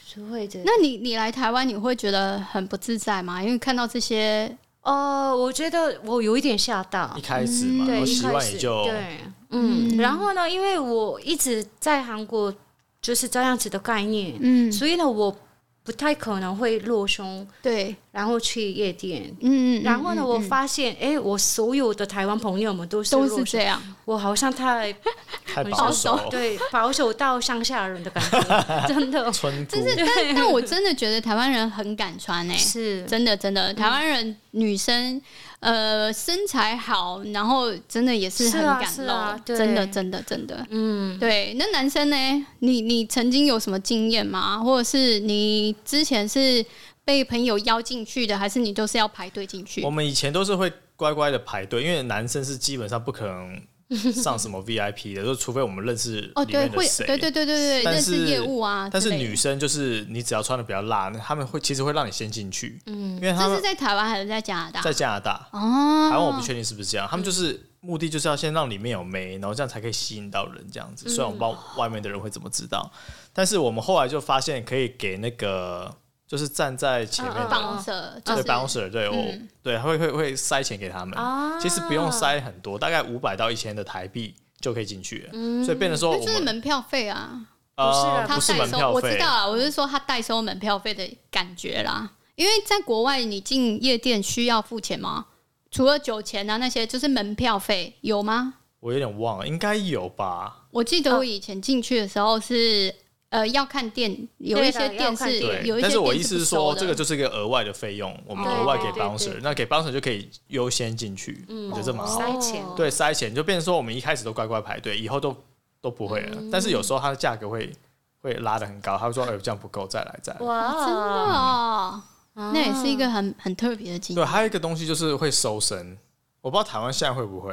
[SPEAKER 3] 就会的。
[SPEAKER 1] 那你你来台湾，你会觉得很不自在吗？因为看到这些，
[SPEAKER 3] 呃，我觉得我有一点吓到
[SPEAKER 2] 一，开始
[SPEAKER 1] 嗯
[SPEAKER 2] 嘛，
[SPEAKER 3] 对，
[SPEAKER 2] 我
[SPEAKER 3] 一
[SPEAKER 2] 哦习
[SPEAKER 3] 开
[SPEAKER 2] 惯
[SPEAKER 3] 始
[SPEAKER 2] 也就
[SPEAKER 3] 对，嗯。然后呢，因为我一直在韩国就是这样子的概念，
[SPEAKER 1] 嗯，
[SPEAKER 3] 所以呢，我不太可能会露胸，
[SPEAKER 1] 对，
[SPEAKER 3] 然后去夜店。
[SPEAKER 1] 嗯，嗯
[SPEAKER 3] 然后呢，
[SPEAKER 1] 嗯
[SPEAKER 3] 我
[SPEAKER 1] 嗯
[SPEAKER 3] 发现，哎，我所有的台湾朋友们都是
[SPEAKER 1] 都
[SPEAKER 3] 露
[SPEAKER 1] 是
[SPEAKER 3] 胸
[SPEAKER 1] 这样，
[SPEAKER 3] 我好像太
[SPEAKER 2] 太
[SPEAKER 3] 很
[SPEAKER 2] 保守
[SPEAKER 1] 守，
[SPEAKER 3] 对保守到乡下人的感 觉，真的
[SPEAKER 2] 村姑
[SPEAKER 1] 但但但我真的觉得台湾人很敢穿欸诶、
[SPEAKER 3] 是
[SPEAKER 1] 真的真的，台湾人女生呃身材好，然后真的也是
[SPEAKER 3] 是
[SPEAKER 1] 很
[SPEAKER 3] 啊
[SPEAKER 1] 敢
[SPEAKER 3] 是
[SPEAKER 1] 露，
[SPEAKER 3] 啊对
[SPEAKER 1] 真的真的真的。
[SPEAKER 3] 嗯，
[SPEAKER 1] 对，那男生呢？你你曾经有什么经验吗？或者是你之前是被朋友邀进去的，还是你都是要排队进去
[SPEAKER 2] 我？们以前都是会乖乖的排队，因为男生是基本上不可能上什么 VIP 的，就除非我们认识
[SPEAKER 1] 哦，
[SPEAKER 2] 里
[SPEAKER 1] 对，
[SPEAKER 2] 面的
[SPEAKER 1] 会，
[SPEAKER 2] 谁。
[SPEAKER 1] 对对对对对，
[SPEAKER 2] 但
[SPEAKER 1] 认识
[SPEAKER 2] 是
[SPEAKER 1] 业务啊之
[SPEAKER 2] 但
[SPEAKER 1] 类的，
[SPEAKER 2] 是女生就是你只要穿的比较辣，那他们会其实会让你先进去，嗯，因为他
[SPEAKER 1] 这
[SPEAKER 2] 们
[SPEAKER 1] 是在台湾还是在加拿大？
[SPEAKER 2] 在加拿大，
[SPEAKER 1] 哦，
[SPEAKER 2] 台湾我不确定是不是这样，他们就是目的就是要先让里面有妹，然后这样才可以吸引到人这样
[SPEAKER 3] 嗯
[SPEAKER 2] 子。虽然我不知道外面的人会怎么知道，但是我们后来就发现可以给那个就是站在前面
[SPEAKER 3] 嗯嗯
[SPEAKER 2] 的
[SPEAKER 3] 嗯
[SPEAKER 1] 办公室就
[SPEAKER 2] 对
[SPEAKER 1] 是
[SPEAKER 2] 办公室，对我对会会会塞钱给他们
[SPEAKER 3] 啊，
[SPEAKER 2] 其实不用塞很多，大概五百到一千的台币就可以进去了，
[SPEAKER 3] 嗯
[SPEAKER 2] 所以变得说
[SPEAKER 1] 那
[SPEAKER 2] 我
[SPEAKER 1] 就是
[SPEAKER 2] 们
[SPEAKER 1] 门票费啊。
[SPEAKER 2] 呃
[SPEAKER 3] 不
[SPEAKER 1] 他
[SPEAKER 2] 不是
[SPEAKER 1] 代
[SPEAKER 2] 门
[SPEAKER 1] 收，
[SPEAKER 2] 票
[SPEAKER 1] 我知
[SPEAKER 2] 费
[SPEAKER 1] 道，啊，我是说他代收门票费的感觉啦。因为在国外，你进夜店需要付钱吗？除了酒钱啊那些，就是门票费有吗？
[SPEAKER 2] 我有点忘了，应该有吧？
[SPEAKER 1] 我记得我以前进去的时候是、呃要看店，有一些
[SPEAKER 3] 对的要
[SPEAKER 1] 店
[SPEAKER 3] 看
[SPEAKER 1] 是
[SPEAKER 3] 店
[SPEAKER 2] 对
[SPEAKER 1] 有一，些
[SPEAKER 2] 但是我
[SPEAKER 1] 店
[SPEAKER 2] 意思
[SPEAKER 1] 不
[SPEAKER 2] 是
[SPEAKER 1] 收
[SPEAKER 2] 说，
[SPEAKER 1] 的
[SPEAKER 2] 这个就是一个额外的费用，我们
[SPEAKER 1] 哦
[SPEAKER 2] 额外给
[SPEAKER 3] 对对
[SPEAKER 2] bouncer，
[SPEAKER 3] 对嗯哦
[SPEAKER 2] 那给 bouncer 就可以优先进去，我觉得这蛮好。
[SPEAKER 3] 塞钱
[SPEAKER 2] 对，塞钱就变成说我们一开始都乖乖排队，以后都都不会了。但是有时候它的价格会会拉的很高，他会说：“哎、这样不够，再来再来。”
[SPEAKER 1] 真的
[SPEAKER 3] 哇，
[SPEAKER 1] 哦，
[SPEAKER 3] 啊
[SPEAKER 1] 那也是一个很很特别的经
[SPEAKER 2] 对，
[SPEAKER 1] 验。
[SPEAKER 2] 还有一个东西就是会收身，我不知道台湾现在会不会，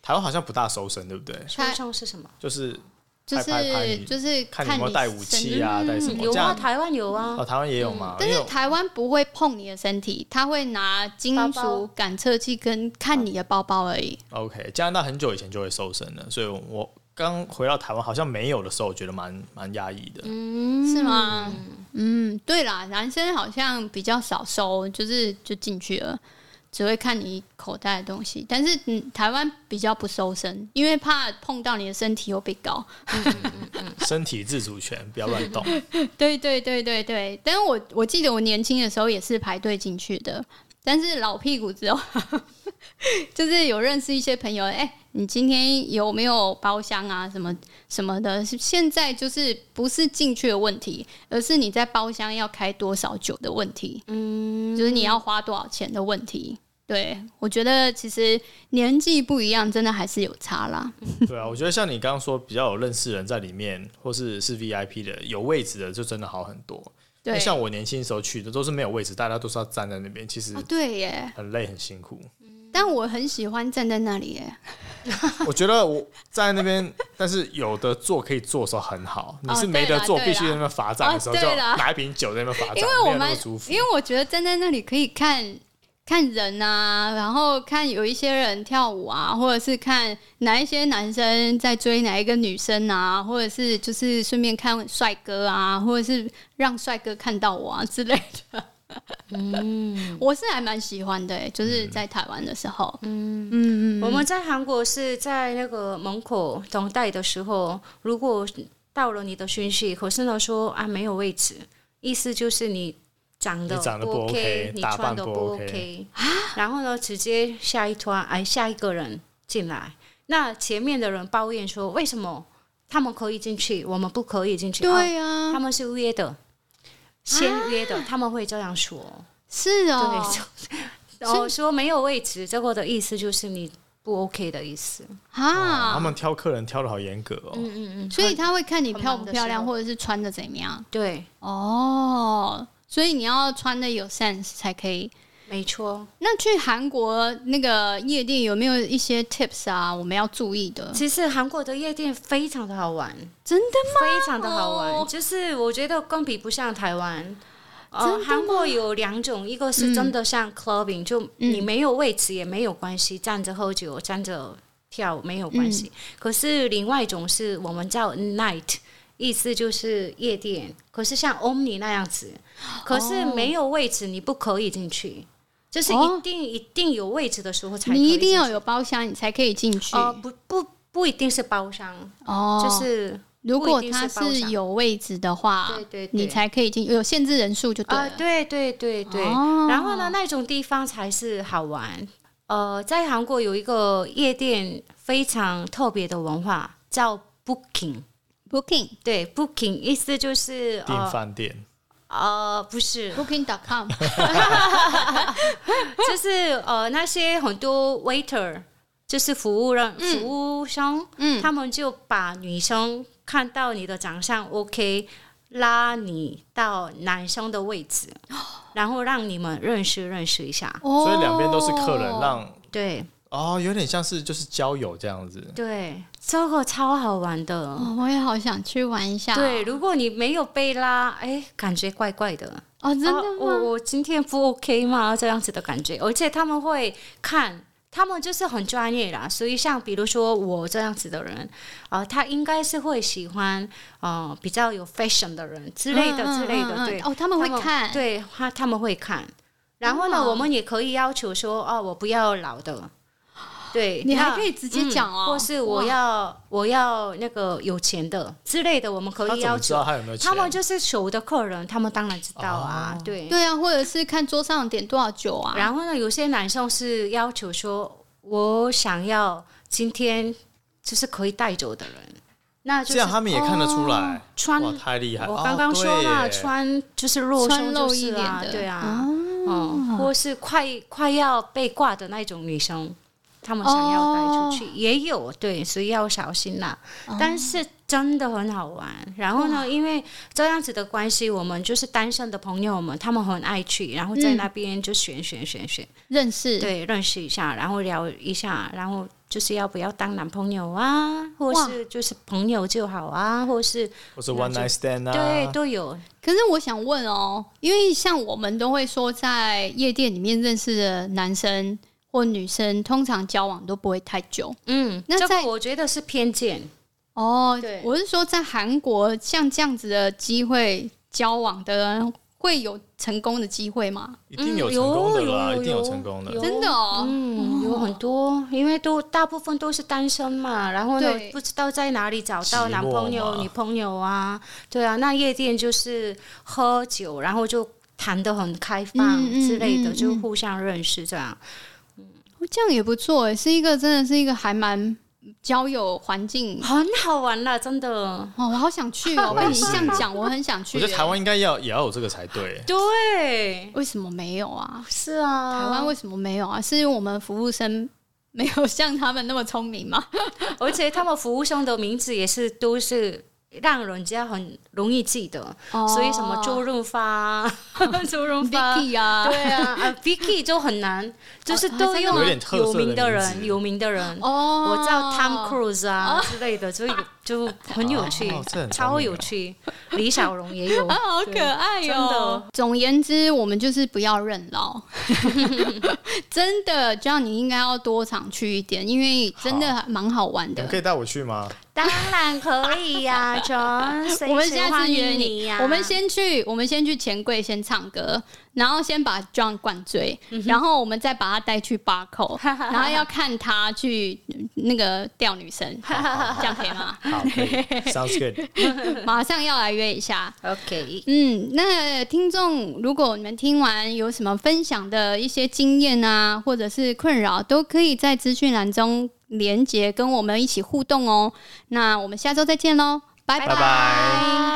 [SPEAKER 2] 台湾好像不大收身，对不对？
[SPEAKER 3] 抽象是什么？
[SPEAKER 2] 就是
[SPEAKER 1] 就
[SPEAKER 2] 啊拍拍拍
[SPEAKER 1] 是
[SPEAKER 2] 你
[SPEAKER 1] 就是
[SPEAKER 2] 看你有没有带武器
[SPEAKER 1] 啊。
[SPEAKER 2] 啊，带什
[SPEAKER 3] 嗯，
[SPEAKER 2] 么
[SPEAKER 3] 有
[SPEAKER 2] 这
[SPEAKER 3] 啊，
[SPEAKER 2] 样。
[SPEAKER 3] 台湾有啊
[SPEAKER 2] 哦，，台湾也有嘛，
[SPEAKER 1] 嗯但
[SPEAKER 2] 因
[SPEAKER 1] 是
[SPEAKER 2] 为
[SPEAKER 1] 台湾不会碰你的身体，他会拿金
[SPEAKER 3] 包
[SPEAKER 1] 属感测器跟看你的包包而已。
[SPEAKER 2] OK 加拿大很久以前就会收身了，所以我刚回到台湾好像没有的时候，我觉得蛮蛮压抑
[SPEAKER 1] 嗯
[SPEAKER 2] 的。
[SPEAKER 1] 是吗？嗯，对啦，男生好像比较少收，就是就进去了，只会看你口袋的东西。但是、嗯、台湾比较不收身，因为怕碰到你的身体又被搞。
[SPEAKER 2] 身体自主权，不要乱 动。
[SPEAKER 1] 对对对对对，但是我我记得我年轻的时候也是排队进去的，但是老屁股之后， 就是有认识一些朋友，哎、你今天有没有包厢啊？什么什么的？现在就是不是进去的问题，而是你在包厢要开多少酒的问题，嗯，就是你要花多少钱的问题。对，我觉得其实年纪不一样，真的还是有差啦。
[SPEAKER 2] 对啊，我觉得像你刚刚说比较有认识人在里面，或是是 VIP 的有位置的，就真的好很多。因
[SPEAKER 1] 对，
[SPEAKER 2] 为像我年轻的时候去的都是没有位置，大家都是要站在那边，其实
[SPEAKER 1] 啊，对耶，
[SPEAKER 2] 很累很辛苦。
[SPEAKER 1] 但我很喜欢站在那里耶。
[SPEAKER 2] 我觉得我站在那边，但是有的坐可以坐的时候很好，你是没得
[SPEAKER 1] 哦对
[SPEAKER 2] 坐，
[SPEAKER 1] 啦
[SPEAKER 2] 必须在那边罚站的时候
[SPEAKER 1] 哦
[SPEAKER 2] 就
[SPEAKER 1] 对啦
[SPEAKER 2] 拿一瓶酒在那边罚站，
[SPEAKER 1] 因为我
[SPEAKER 2] 没有那
[SPEAKER 1] 们
[SPEAKER 2] 么舒，服
[SPEAKER 1] 因。为我觉得站在那里可以看看人啊，然后看有一些人跳舞啊，或者是看哪一些男生在追哪一个女生啊，或者是就是顺便看帅哥啊，或者是让帅哥看到我啊之类的。嗯， 我是还蛮喜欢的、欸，就是在台湾的时候，嗯
[SPEAKER 3] 嗯我们在韩国是在那个门口等待的时候，如果到了你的讯息，可是呢说啊没有位置，意思就是你长得
[SPEAKER 2] 你长得
[SPEAKER 3] 不
[SPEAKER 2] 不 OK，
[SPEAKER 3] 你
[SPEAKER 2] 打
[SPEAKER 3] 穿
[SPEAKER 2] 扮
[SPEAKER 3] 的
[SPEAKER 2] 不
[SPEAKER 3] OK，然啊后呢直接下一团哎下一个人进来，那前面的人抱怨说为什么他们可以进去，我们不可以进去？哦
[SPEAKER 1] 对啊，
[SPEAKER 3] 他们是约的，先约的，他们会这样说。
[SPEAKER 1] 是哦、
[SPEAKER 3] 对，就哦，说没有位置，这个的意思就是你不 OK 的意思。
[SPEAKER 2] 哇他
[SPEAKER 1] 啊，
[SPEAKER 2] 们挑客人挑的好严格哦。
[SPEAKER 3] 哦嗯嗯嗯，
[SPEAKER 1] 所以他会看你漂不漂
[SPEAKER 3] 很忙的时
[SPEAKER 1] 亮，
[SPEAKER 3] 候
[SPEAKER 1] 或者是穿的怎么样
[SPEAKER 3] 对，
[SPEAKER 1] 哦。所以你要穿的有 sense 才可以。
[SPEAKER 3] 没错。
[SPEAKER 1] 那去韩国那个夜店有没有一些 tips 啊？我们要注意的？
[SPEAKER 3] 其实韩国的夜店非常的好玩，
[SPEAKER 1] 真的吗？
[SPEAKER 3] 非常的好
[SPEAKER 1] 哦
[SPEAKER 3] 玩，就是我觉得更比不上台湾。
[SPEAKER 1] 真嗯
[SPEAKER 3] 呃，韩国有两种，一个是真的像 clubbing，、就你没有位置也没有关系，站着喝酒、站着跳没有关
[SPEAKER 1] 嗯
[SPEAKER 3] 系。可是另外一种是我们叫 night，意思就是夜店。可是像 Omni 那样子，可是没有位置你不可以进去，就是
[SPEAKER 1] 哦
[SPEAKER 3] 一定、一定有位置的时候才可以
[SPEAKER 1] 你一定
[SPEAKER 3] 进
[SPEAKER 1] 要
[SPEAKER 3] 去
[SPEAKER 1] 有包厢，你才可以进去
[SPEAKER 3] 呃不不不一定是包厢，
[SPEAKER 1] 哦
[SPEAKER 3] 就是
[SPEAKER 1] 如
[SPEAKER 3] 不
[SPEAKER 1] 果
[SPEAKER 3] 一定
[SPEAKER 1] 它
[SPEAKER 3] 是包
[SPEAKER 1] 是
[SPEAKER 3] 厢
[SPEAKER 1] 有位置的话，
[SPEAKER 3] 对对对
[SPEAKER 1] 你才可以进，有限制人数就对
[SPEAKER 3] 啊、
[SPEAKER 1] 了。
[SPEAKER 3] 对对对对。
[SPEAKER 1] 哦
[SPEAKER 3] 然后呢，那种地方才是好玩。呃，在韩国有一个夜店非常特别的文化，叫 booking。
[SPEAKER 1] Booking
[SPEAKER 3] 对，booking 意思就是
[SPEAKER 2] 订
[SPEAKER 3] 呃
[SPEAKER 2] 饭店，
[SPEAKER 3] 呃，不是，
[SPEAKER 1] Booking.com
[SPEAKER 3] 就是呃那些很多 waiter，就是服务人、服务生，
[SPEAKER 1] 嗯
[SPEAKER 3] 他们就把女生看到你的长相 OK，拉你到男生的位置，然后让你们认识认识一下。
[SPEAKER 1] 哦，
[SPEAKER 2] 所以两边都是客人，让
[SPEAKER 3] 对
[SPEAKER 2] 哦，有点像是就是交友这样子。
[SPEAKER 3] 对，这个超好玩的。
[SPEAKER 1] 哦，我也好想去玩一下。
[SPEAKER 3] 对，如果你没有被拉，哎，感觉怪怪的。
[SPEAKER 1] 哦，真的
[SPEAKER 3] 啊
[SPEAKER 1] 吗？
[SPEAKER 3] 我我今天不 OK 吗？这样子的感觉，而且他们会看，他们就是很专业啦。所以像比如说我这样子的人，啊，他应该是会喜欢呃比较有 fashion 的人之类的
[SPEAKER 1] 嗯嗯
[SPEAKER 3] 之类
[SPEAKER 1] 嗯嗯
[SPEAKER 3] 的，对。
[SPEAKER 1] 哦，他们会看，，
[SPEAKER 3] 对他他们会看。然后呢，
[SPEAKER 1] 哦
[SPEAKER 3] 我们也可以要求说，哦，我不要老的。对，
[SPEAKER 1] 你还
[SPEAKER 3] 那嗯
[SPEAKER 1] 可以直接讲哦
[SPEAKER 3] 或是我
[SPEAKER 1] 哇
[SPEAKER 3] 要我要那个有钱的之类的，我们可
[SPEAKER 2] 他
[SPEAKER 3] 以
[SPEAKER 2] 怎
[SPEAKER 3] 要
[SPEAKER 2] 么知
[SPEAKER 3] 求
[SPEAKER 2] 道他有没有钱？哦
[SPEAKER 3] 他们就是熟的客人，他们当然知道啊，对。
[SPEAKER 1] 对啊，或者是看桌上点多少酒啊。
[SPEAKER 3] 然后呢，有些男生是要求说，我想要今天就是可以带走的人，那就
[SPEAKER 2] 这
[SPEAKER 3] 是哦
[SPEAKER 2] 样他们也看得出来。
[SPEAKER 3] 穿。
[SPEAKER 2] 哇，太厉害！
[SPEAKER 3] 我
[SPEAKER 2] 哦
[SPEAKER 3] 刚刚说了，。穿就是露
[SPEAKER 1] 穿
[SPEAKER 3] 胸
[SPEAKER 1] 露
[SPEAKER 3] 就
[SPEAKER 1] 一
[SPEAKER 3] 是啊
[SPEAKER 1] 点，的
[SPEAKER 3] 对啊，嗯，或是快快要被挂的那种女生，他们
[SPEAKER 1] 哦
[SPEAKER 3] 想要带出去、也有，对，所以要小心啦。
[SPEAKER 1] 哦
[SPEAKER 3] 但是真的很好玩。然后呢，因为这样子的关系，我们就是单身的朋友们，他们很爱去，然后在
[SPEAKER 1] 嗯
[SPEAKER 3] 那边就选选选选，
[SPEAKER 1] 对认识，
[SPEAKER 3] 对，认识一下，然后聊一下，然后。就是要不要当男朋友啊，或
[SPEAKER 1] 哇
[SPEAKER 3] 是就是朋友就好啊，或是
[SPEAKER 2] 或是 one night stand 啊，
[SPEAKER 3] 对都有，
[SPEAKER 1] 可是我想问哦，因为像我们都会说，在夜店里面认识的男生或女生，通常交往都不会太久。
[SPEAKER 3] 嗯，
[SPEAKER 1] 那
[SPEAKER 3] 这
[SPEAKER 1] 在
[SPEAKER 3] 个我觉得是偏见，
[SPEAKER 1] 哦，
[SPEAKER 3] 对
[SPEAKER 1] 我是说在韩国像这样子的机会交往的人，会有成功的机会吗？
[SPEAKER 2] 一定有成功的啦，一定有成功的。
[SPEAKER 1] 真的哦，
[SPEAKER 3] 嗯，有很多，因为都大部分都是单身嘛，然后呢
[SPEAKER 1] 对，
[SPEAKER 3] 不知道在哪里找
[SPEAKER 2] 寂寞
[SPEAKER 3] 到男朋友、
[SPEAKER 2] 嘛
[SPEAKER 3] 女朋友啊，对啊，那夜店就是喝酒，然后就谈得很开放
[SPEAKER 1] 嗯嗯
[SPEAKER 3] 之类的，
[SPEAKER 1] 嗯
[SPEAKER 3] 就
[SPEAKER 1] 嗯
[SPEAKER 3] 互相认识这样，
[SPEAKER 1] 哦这样也不错诶，是一个真的是一个还蛮嗯交友环境
[SPEAKER 3] 很好玩啦，真的，
[SPEAKER 1] 哦，我好想去 哦！
[SPEAKER 2] 我也
[SPEAKER 1] 被你
[SPEAKER 2] 是
[SPEAKER 1] 这样讲，我很想去
[SPEAKER 2] 我
[SPEAKER 1] 耶。
[SPEAKER 2] 觉得台湾应该要也要有这个才对。
[SPEAKER 3] 对，
[SPEAKER 1] 为什么没有啊？
[SPEAKER 3] 是啊，
[SPEAKER 1] 台湾为什么没有啊？是因为我们服务生没有像他们那么聪明吗？
[SPEAKER 3] 而且他们服务生的名字也是都是让人家很容易记得，
[SPEAKER 1] 哦
[SPEAKER 3] 所以什么周润发啊、 周润发。
[SPEAKER 1] Vicky 啊，
[SPEAKER 3] 对啊， 啊，Vicky 就很难，就是都
[SPEAKER 1] 哦
[SPEAKER 3] 用
[SPEAKER 2] 有点特色的
[SPEAKER 3] 有名的
[SPEAKER 2] 名字
[SPEAKER 3] 人，有名的人，
[SPEAKER 1] 哦，
[SPEAKER 3] 我叫 Tom Cruise 啊之类的，就有就很有趣
[SPEAKER 2] 哦这很聪明哦，
[SPEAKER 3] 超有趣。李小龙也有
[SPEAKER 1] 啊，，好可爱
[SPEAKER 3] 真
[SPEAKER 1] 哟、
[SPEAKER 3] 的
[SPEAKER 1] 总言之，我们就是不要认老， 真的，这样你应该要多常去一点，因为真的蛮好玩
[SPEAKER 2] 你
[SPEAKER 1] 的
[SPEAKER 2] 们可。以带我去 吗？
[SPEAKER 3] 当然可以呀，John，随时
[SPEAKER 1] 我们下次
[SPEAKER 3] 欢
[SPEAKER 1] 约
[SPEAKER 3] 迎
[SPEAKER 1] 你
[SPEAKER 3] 呀，
[SPEAKER 1] 我们先去，我们先去钱柜先唱歌，然后先把 John 灌醉，然后我们再把他带去八口，然后要看他去嗯那个钓女生，这样可以吗？
[SPEAKER 2] 好可 以，Sounds good。
[SPEAKER 1] 马上要来约一下。
[SPEAKER 3] OK。
[SPEAKER 1] 嗯，那听众，如果你们听完有什么分享的一些经验啊，或者是困扰，都可以在资讯栏中连接跟我们一起互动哦。那我们下周再见喽，拜
[SPEAKER 2] 拜拜。